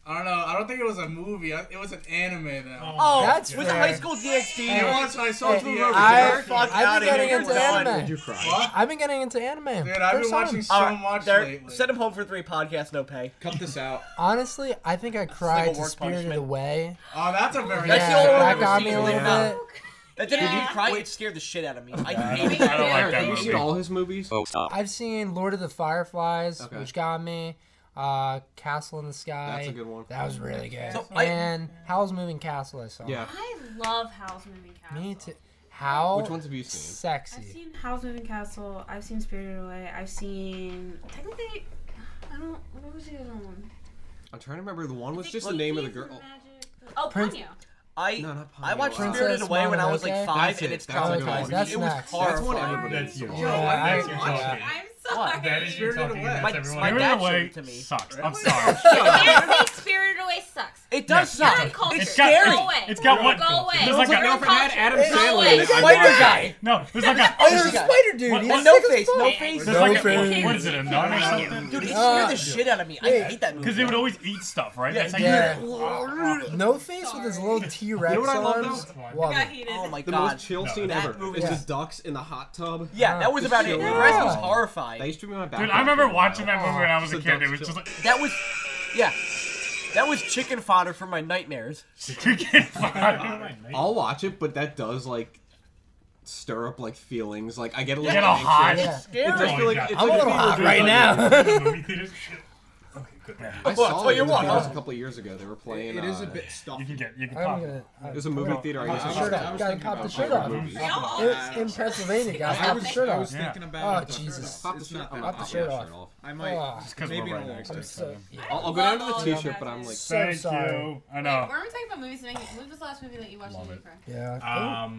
[SPEAKER 9] I don't know. I don't think it was a movie. I- It was an anime though.
[SPEAKER 2] Oh,
[SPEAKER 7] That's
[SPEAKER 2] with
[SPEAKER 7] fair.
[SPEAKER 2] high school DxD.
[SPEAKER 9] I watched. I saw
[SPEAKER 7] Hey,
[SPEAKER 9] through
[SPEAKER 7] I-
[SPEAKER 9] the
[SPEAKER 7] I've
[SPEAKER 9] Fuck
[SPEAKER 7] been
[SPEAKER 2] outta
[SPEAKER 7] getting
[SPEAKER 2] here,
[SPEAKER 7] into
[SPEAKER 2] we're done.
[SPEAKER 7] anime.
[SPEAKER 3] Did you cry?
[SPEAKER 9] What?
[SPEAKER 7] I've been getting into anime.
[SPEAKER 9] Dude, I've
[SPEAKER 7] First
[SPEAKER 9] been
[SPEAKER 7] time.
[SPEAKER 9] watching so
[SPEAKER 2] All right,
[SPEAKER 9] much
[SPEAKER 2] there-
[SPEAKER 9] lately.
[SPEAKER 2] Send him home for three podcasts, no pay.
[SPEAKER 5] Cut this out.
[SPEAKER 7] Honestly, I think I cried
[SPEAKER 2] Single
[SPEAKER 7] to
[SPEAKER 2] word
[SPEAKER 7] Spirited
[SPEAKER 2] punishment.
[SPEAKER 7] Away.
[SPEAKER 9] Oh, that's a very.
[SPEAKER 2] That's the
[SPEAKER 7] yeah,
[SPEAKER 2] only one
[SPEAKER 7] that
[SPEAKER 2] I've
[SPEAKER 7] got
[SPEAKER 2] ever
[SPEAKER 7] me
[SPEAKER 2] seen.
[SPEAKER 7] a little
[SPEAKER 2] Yeah.
[SPEAKER 7] bit.
[SPEAKER 2] That didn't
[SPEAKER 10] Yeah.
[SPEAKER 2] even cry. It scared the shit out of me.
[SPEAKER 10] I
[SPEAKER 2] I hate it.
[SPEAKER 10] don't
[SPEAKER 1] like that
[SPEAKER 3] Have you seen
[SPEAKER 1] movie.
[SPEAKER 3] all his movies?
[SPEAKER 6] Oh, stop.
[SPEAKER 7] I've seen Lord of the Fireflies,
[SPEAKER 3] Okay.
[SPEAKER 7] which got me. Uh, Castle in the Sky.
[SPEAKER 3] That's a good one.
[SPEAKER 7] That was really good.
[SPEAKER 2] So I-
[SPEAKER 7] and Howl's Moving Castle, I saw.
[SPEAKER 3] Yeah.
[SPEAKER 10] I love Howl's Moving Castle.
[SPEAKER 7] Me too. How
[SPEAKER 3] Which ones have you seen?
[SPEAKER 7] sexy.
[SPEAKER 10] I've seen Howl's Moving Castle. I've seen Spirited Away. I've seen technically. I don't. What was the other one?
[SPEAKER 3] I'm trying to remember. The one was
[SPEAKER 10] I
[SPEAKER 3] just the
[SPEAKER 10] think
[SPEAKER 3] name of the
[SPEAKER 10] Keys and
[SPEAKER 3] girl.
[SPEAKER 10] Magic- Oh,
[SPEAKER 7] Prince-
[SPEAKER 10] Ponyo.
[SPEAKER 2] I
[SPEAKER 3] No, not
[SPEAKER 2] I watched
[SPEAKER 3] Ponyo.
[SPEAKER 2] Spirited
[SPEAKER 7] Princess
[SPEAKER 2] Away when I was
[SPEAKER 7] Mononoke?
[SPEAKER 2] like five,
[SPEAKER 3] That's
[SPEAKER 2] and
[SPEAKER 3] it.
[SPEAKER 2] it's
[SPEAKER 3] That's a good
[SPEAKER 7] one.
[SPEAKER 2] traumatized.
[SPEAKER 7] That's
[SPEAKER 2] It was
[SPEAKER 7] next.
[SPEAKER 3] That's one
[SPEAKER 2] horrifying.
[SPEAKER 3] everybody.
[SPEAKER 11] That's you.
[SPEAKER 3] saw.
[SPEAKER 11] Yeah,
[SPEAKER 7] Yeah,
[SPEAKER 11] I-
[SPEAKER 7] I-
[SPEAKER 11] you're
[SPEAKER 7] yeah.
[SPEAKER 11] talking.
[SPEAKER 10] I'm
[SPEAKER 2] What?
[SPEAKER 11] That is you
[SPEAKER 9] Spirited
[SPEAKER 11] talking.
[SPEAKER 9] Away.
[SPEAKER 11] That's
[SPEAKER 2] My-
[SPEAKER 11] everyone.
[SPEAKER 2] my
[SPEAKER 11] else.
[SPEAKER 1] Spirited
[SPEAKER 2] dad showed
[SPEAKER 1] Away
[SPEAKER 2] it to me.
[SPEAKER 1] sucks. I'm sorry.
[SPEAKER 4] Apparently, Spirited Away sucks.
[SPEAKER 2] It does
[SPEAKER 1] Yeah.
[SPEAKER 2] suck.
[SPEAKER 4] Culture.
[SPEAKER 2] It's
[SPEAKER 1] got-
[SPEAKER 2] scary.
[SPEAKER 4] Go away.
[SPEAKER 1] It's got
[SPEAKER 4] Go
[SPEAKER 1] one.
[SPEAKER 4] away.
[SPEAKER 1] There's like
[SPEAKER 4] Like
[SPEAKER 1] a,
[SPEAKER 4] a-
[SPEAKER 3] No, if it had Adam
[SPEAKER 4] It's
[SPEAKER 3] Sandler
[SPEAKER 4] always-
[SPEAKER 3] in it, I'd
[SPEAKER 2] Spider
[SPEAKER 3] watch it.
[SPEAKER 2] guy.
[SPEAKER 1] no. There's like a.
[SPEAKER 7] Oh, there's
[SPEAKER 2] Spider
[SPEAKER 7] a
[SPEAKER 2] guy.
[SPEAKER 7] spider dude.
[SPEAKER 1] What-
[SPEAKER 7] He's
[SPEAKER 2] And
[SPEAKER 1] what-
[SPEAKER 7] sick
[SPEAKER 2] no
[SPEAKER 7] as
[SPEAKER 2] face, no
[SPEAKER 7] fuck.
[SPEAKER 2] face.
[SPEAKER 1] There's
[SPEAKER 7] No
[SPEAKER 1] like a,
[SPEAKER 7] face.
[SPEAKER 1] what is it, a nun or something?
[SPEAKER 2] Dude, it
[SPEAKER 7] Uh,
[SPEAKER 2] scared the shit out of me. I hate that
[SPEAKER 1] Because
[SPEAKER 2] movie.
[SPEAKER 1] they would always eat stuff, right? That's how
[SPEAKER 7] Yeah.
[SPEAKER 3] Oh,
[SPEAKER 1] you
[SPEAKER 7] No face with his little T Rex
[SPEAKER 3] You know what I love,
[SPEAKER 7] arms.
[SPEAKER 11] though? I
[SPEAKER 7] Love
[SPEAKER 10] got
[SPEAKER 7] it.
[SPEAKER 10] heated.
[SPEAKER 2] Oh my
[SPEAKER 3] The
[SPEAKER 2] god.
[SPEAKER 3] most chill
[SPEAKER 11] No,
[SPEAKER 3] scene
[SPEAKER 2] that
[SPEAKER 3] ever
[SPEAKER 2] movie
[SPEAKER 3] is
[SPEAKER 7] was-
[SPEAKER 3] the ducks in the hot tub.
[SPEAKER 2] Yeah, that was
[SPEAKER 3] The
[SPEAKER 2] about it.
[SPEAKER 3] chill
[SPEAKER 2] The
[SPEAKER 3] out.
[SPEAKER 2] rest was
[SPEAKER 3] That
[SPEAKER 2] horrifying.
[SPEAKER 3] used to be my back.
[SPEAKER 1] Dude, I remember watching that movie when I was a
[SPEAKER 3] Just
[SPEAKER 1] kid.
[SPEAKER 3] adults
[SPEAKER 1] It was just like
[SPEAKER 2] That was, yeah, that was chicken fodder for my nightmares.
[SPEAKER 1] chicken fire.
[SPEAKER 11] I'll
[SPEAKER 3] I'll watch it, but that does like stir up like feelings. Like I get a
[SPEAKER 1] You
[SPEAKER 3] little
[SPEAKER 1] get all
[SPEAKER 3] anxious.
[SPEAKER 1] hot.
[SPEAKER 7] Yeah.
[SPEAKER 3] It does feel like
[SPEAKER 1] I'm
[SPEAKER 3] it's
[SPEAKER 7] I'm a
[SPEAKER 3] like
[SPEAKER 7] little
[SPEAKER 3] people
[SPEAKER 7] hot
[SPEAKER 3] do-
[SPEAKER 7] right now.
[SPEAKER 11] Movie theaters. Okay, good.
[SPEAKER 3] I
[SPEAKER 2] Well,
[SPEAKER 3] saw
[SPEAKER 2] tell
[SPEAKER 3] it
[SPEAKER 2] you
[SPEAKER 3] in the
[SPEAKER 2] what,
[SPEAKER 3] theaters
[SPEAKER 2] huh?
[SPEAKER 3] a couple of years ago. They were playing.
[SPEAKER 5] It is a
[SPEAKER 3] uh,
[SPEAKER 5] bit stuffy.
[SPEAKER 1] You can get, you can
[SPEAKER 7] I'm
[SPEAKER 1] pop.
[SPEAKER 7] gonna.
[SPEAKER 3] It was a movie theater. I guess.
[SPEAKER 7] the
[SPEAKER 3] it
[SPEAKER 5] was-
[SPEAKER 7] shirt
[SPEAKER 3] was-
[SPEAKER 7] off. Gotta
[SPEAKER 5] thinking
[SPEAKER 7] pop the
[SPEAKER 5] about
[SPEAKER 7] shirt
[SPEAKER 5] other
[SPEAKER 7] off.
[SPEAKER 3] movies.
[SPEAKER 7] It- In Pennsylvania, gotta
[SPEAKER 5] I
[SPEAKER 7] pop the
[SPEAKER 5] was,
[SPEAKER 7] shirt
[SPEAKER 5] I
[SPEAKER 7] off.
[SPEAKER 5] was
[SPEAKER 1] Yeah.
[SPEAKER 5] thinking about
[SPEAKER 7] Oh,
[SPEAKER 5] it. but
[SPEAKER 7] Jesus.
[SPEAKER 3] Pop the
[SPEAKER 5] it's
[SPEAKER 3] shirt.
[SPEAKER 5] not
[SPEAKER 3] I'm
[SPEAKER 5] that
[SPEAKER 3] not
[SPEAKER 7] the
[SPEAKER 3] popping
[SPEAKER 7] shirt
[SPEAKER 3] my
[SPEAKER 7] off.
[SPEAKER 3] shirt off.
[SPEAKER 5] I might.
[SPEAKER 7] Oh,
[SPEAKER 1] Just because we're
[SPEAKER 5] Maybe
[SPEAKER 1] right
[SPEAKER 5] not.
[SPEAKER 1] next to
[SPEAKER 7] I'm
[SPEAKER 1] each
[SPEAKER 7] so.
[SPEAKER 1] other.
[SPEAKER 3] I'll, I'll go down to
[SPEAKER 9] Oh,
[SPEAKER 4] Love
[SPEAKER 3] the
[SPEAKER 4] all
[SPEAKER 3] T-shirt, but I'm like,
[SPEAKER 4] guys.
[SPEAKER 7] So
[SPEAKER 1] Thank
[SPEAKER 7] sorry.
[SPEAKER 1] you. I
[SPEAKER 4] Wait,
[SPEAKER 1] know.
[SPEAKER 4] we're talking about movies that make you. What was the last movie that you watched?
[SPEAKER 1] Love
[SPEAKER 4] that
[SPEAKER 1] it.
[SPEAKER 4] you cried?
[SPEAKER 7] Yeah.
[SPEAKER 11] Um,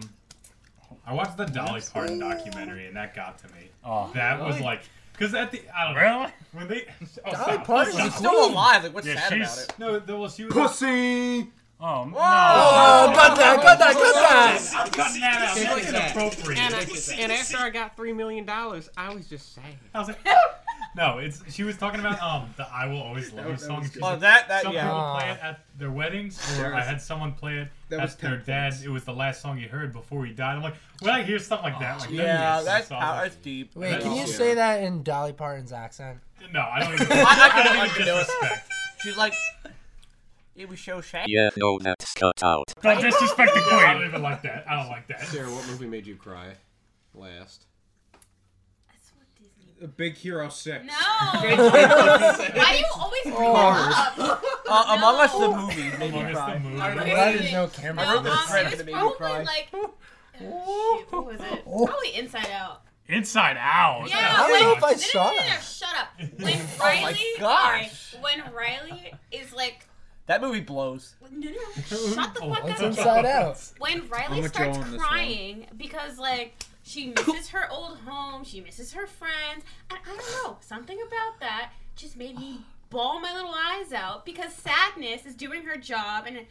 [SPEAKER 11] I watched the Dolly Parton documentary and that got to me.
[SPEAKER 1] Oh.
[SPEAKER 11] That was like, because at the I don't know when
[SPEAKER 1] Really?
[SPEAKER 11] they oh,
[SPEAKER 7] Dolly
[SPEAKER 11] stop.
[SPEAKER 7] Parton
[SPEAKER 2] She's
[SPEAKER 7] was
[SPEAKER 2] still
[SPEAKER 7] cool.
[SPEAKER 2] alive. Like, what's
[SPEAKER 1] Yeah,
[SPEAKER 2] sad about
[SPEAKER 1] she's-
[SPEAKER 2] it?
[SPEAKER 11] No, the, well she was.
[SPEAKER 3] pussy.
[SPEAKER 1] Oh
[SPEAKER 7] Oh,
[SPEAKER 1] no.
[SPEAKER 7] cut that! Cut that! Cut that!
[SPEAKER 11] I'm cutting that out. That's inappropriate.
[SPEAKER 3] and after I got three million dollars, I was just saying.
[SPEAKER 11] I was like, no, it's she was talking about um the I will always love you song. She's
[SPEAKER 2] Oh,
[SPEAKER 11] like,
[SPEAKER 2] that that
[SPEAKER 11] Some
[SPEAKER 2] yeah.
[SPEAKER 11] people play it at their weddings, or I had someone play it
[SPEAKER 5] that
[SPEAKER 11] at
[SPEAKER 5] was
[SPEAKER 11] their
[SPEAKER 5] 10
[SPEAKER 11] dad's.
[SPEAKER 5] points.
[SPEAKER 11] It was the last song he heard before he died. I'm like, when I hear stuff like that, like
[SPEAKER 2] Yeah, that's
[SPEAKER 11] awesome.
[SPEAKER 2] how that's deep.
[SPEAKER 7] Wait,
[SPEAKER 11] That's
[SPEAKER 7] can you
[SPEAKER 11] awesome.
[SPEAKER 7] say that in Dolly Parton's accent?
[SPEAKER 11] no, I don't even.
[SPEAKER 2] I
[SPEAKER 11] I
[SPEAKER 2] could've
[SPEAKER 11] don't even
[SPEAKER 2] understood.
[SPEAKER 11] disrespect.
[SPEAKER 2] She's like, it was so sad.
[SPEAKER 6] Yeah, no, that's cut out.
[SPEAKER 1] Don't disrespect the
[SPEAKER 11] I don't
[SPEAKER 1] queen.
[SPEAKER 11] even like that. I don't like that.
[SPEAKER 3] Sarah, what movie made you cry last?
[SPEAKER 4] That's what Disney.
[SPEAKER 5] A Big Hero Six.
[SPEAKER 4] No. Why do you always bring
[SPEAKER 7] Oh.
[SPEAKER 4] that up?
[SPEAKER 2] Uh, Among Us the movie made me
[SPEAKER 11] Among Us the
[SPEAKER 2] cry.
[SPEAKER 11] movie.
[SPEAKER 7] That is no camera.
[SPEAKER 4] No, um,
[SPEAKER 2] thread that
[SPEAKER 4] it
[SPEAKER 2] made
[SPEAKER 4] was
[SPEAKER 2] me cry.
[SPEAKER 4] probably like. Oh, shoot, what was it? Probably Inside Out.
[SPEAKER 1] Inside out.
[SPEAKER 4] Yeah,
[SPEAKER 7] I don't know
[SPEAKER 4] when-
[SPEAKER 7] if I
[SPEAKER 4] no, no,
[SPEAKER 7] saw
[SPEAKER 4] no, no,
[SPEAKER 7] that.
[SPEAKER 4] Shut up. When Riley, sorry,
[SPEAKER 2] Oh gosh.
[SPEAKER 4] when Riley is like,
[SPEAKER 2] That movie blows.
[SPEAKER 4] no, no, shut the fuck
[SPEAKER 7] What's
[SPEAKER 4] up.
[SPEAKER 7] Oh, inside out?
[SPEAKER 4] When Riley
[SPEAKER 5] with
[SPEAKER 4] starts
[SPEAKER 5] Joel on this one.
[SPEAKER 4] crying because like she misses her old home, she misses her friends, and I don't know, something about that just made me bawl my little eyes out because sadness is doing her job and it,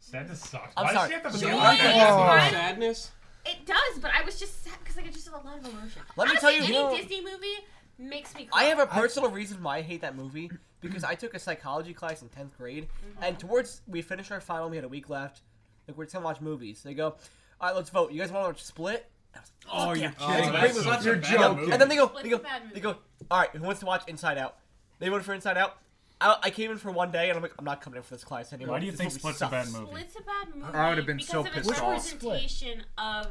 [SPEAKER 11] Sadness sucks.
[SPEAKER 2] I'm
[SPEAKER 11] Why
[SPEAKER 2] sorry.
[SPEAKER 11] does she
[SPEAKER 4] Joy
[SPEAKER 1] Oh
[SPEAKER 11] have to
[SPEAKER 4] is
[SPEAKER 11] be
[SPEAKER 4] fine.
[SPEAKER 3] Sadness.
[SPEAKER 4] It does, but I was just sad because like I just have a lot of emotion.
[SPEAKER 2] Let me
[SPEAKER 4] Honestly,
[SPEAKER 2] tell you,
[SPEAKER 4] any
[SPEAKER 2] you know-
[SPEAKER 4] Disney movie makes me. Cry.
[SPEAKER 2] I have a personal reason why I hate that movie because I took a psychology class in tenth grade,
[SPEAKER 4] Mm-hmm.
[SPEAKER 2] and towards we finished our final, we had a week left. Like we're just gonna watch movies. They go, all right, let's vote. You guys want to watch Split? And I was like,
[SPEAKER 5] Oh,
[SPEAKER 2] "Fuck
[SPEAKER 5] you're
[SPEAKER 2] yeah."
[SPEAKER 5] kidding.
[SPEAKER 11] That's
[SPEAKER 5] That's
[SPEAKER 11] so
[SPEAKER 5] such
[SPEAKER 11] bad.
[SPEAKER 5] a
[SPEAKER 11] That's a
[SPEAKER 5] joke.
[SPEAKER 11] movie.
[SPEAKER 2] And then they go,
[SPEAKER 4] What's
[SPEAKER 2] they go,
[SPEAKER 4] the bad movie?
[SPEAKER 2] they go. All right, who wants to watch Inside Out? They voted for Inside Out. I, I came in for one day, and I'm like, I'm not coming in for this class anymore.
[SPEAKER 1] Why do you
[SPEAKER 2] This
[SPEAKER 1] think
[SPEAKER 2] movie
[SPEAKER 1] Split's a
[SPEAKER 2] sucks.
[SPEAKER 1] bad movie?
[SPEAKER 4] Split's a bad movie.
[SPEAKER 5] I would've been
[SPEAKER 4] because
[SPEAKER 5] so
[SPEAKER 4] of its
[SPEAKER 5] pissed off.
[SPEAKER 4] representation of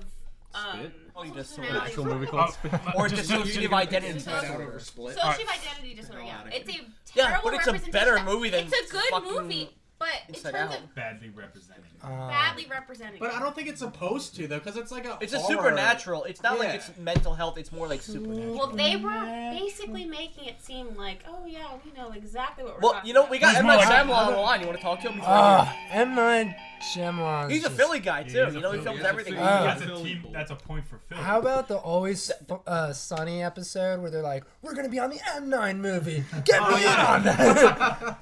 [SPEAKER 4] um,
[SPEAKER 3] Split?
[SPEAKER 2] Oh, you just saw
[SPEAKER 4] personality
[SPEAKER 3] Actual
[SPEAKER 4] disorder.
[SPEAKER 3] movie called Spit.
[SPEAKER 2] Or dissociative identity.
[SPEAKER 4] Inside Out
[SPEAKER 5] over Split.
[SPEAKER 4] Dissociative
[SPEAKER 1] Alright.
[SPEAKER 4] identity disorder. Yeah,
[SPEAKER 5] Alright.
[SPEAKER 4] it's a terrible
[SPEAKER 2] Yeah, but it's a
[SPEAKER 4] representation
[SPEAKER 2] better
[SPEAKER 4] of-
[SPEAKER 2] movie than
[SPEAKER 4] It's a good
[SPEAKER 2] fucking-
[SPEAKER 4] movie, but
[SPEAKER 2] Inside
[SPEAKER 4] terms
[SPEAKER 2] Out.
[SPEAKER 4] of-
[SPEAKER 11] Badly represented.
[SPEAKER 4] Uh,
[SPEAKER 7] Uh,
[SPEAKER 4] badly represented.
[SPEAKER 9] But I don't think it's supposed to though, because it's like a.
[SPEAKER 2] It's a
[SPEAKER 9] horror.
[SPEAKER 2] supernatural. It's not like
[SPEAKER 9] Yeah.
[SPEAKER 2] it's mental health. It's more like supernatural.
[SPEAKER 4] Well, they were basically making it seem like, oh yeah, we know exactly what we're
[SPEAKER 2] Well,
[SPEAKER 4] talking
[SPEAKER 2] you know, we got
[SPEAKER 4] about.
[SPEAKER 2] M. Night Shyamalan on the line. You want to talk to him? He's right
[SPEAKER 7] Ah, M. Night Shyamalan.
[SPEAKER 2] here.
[SPEAKER 7] is
[SPEAKER 2] He's a
[SPEAKER 7] just-
[SPEAKER 2] Philly guy too.
[SPEAKER 11] he's a
[SPEAKER 2] you know, he
[SPEAKER 11] Philly-
[SPEAKER 2] films
[SPEAKER 11] he's a
[SPEAKER 2] everything.
[SPEAKER 11] Philly-
[SPEAKER 1] Oh.
[SPEAKER 7] Ah.
[SPEAKER 11] That's a team. That's a point for Phil.
[SPEAKER 7] How about the always uh, sunny episode where they're like, "We're gonna be on the M9 movie. Get me in on that."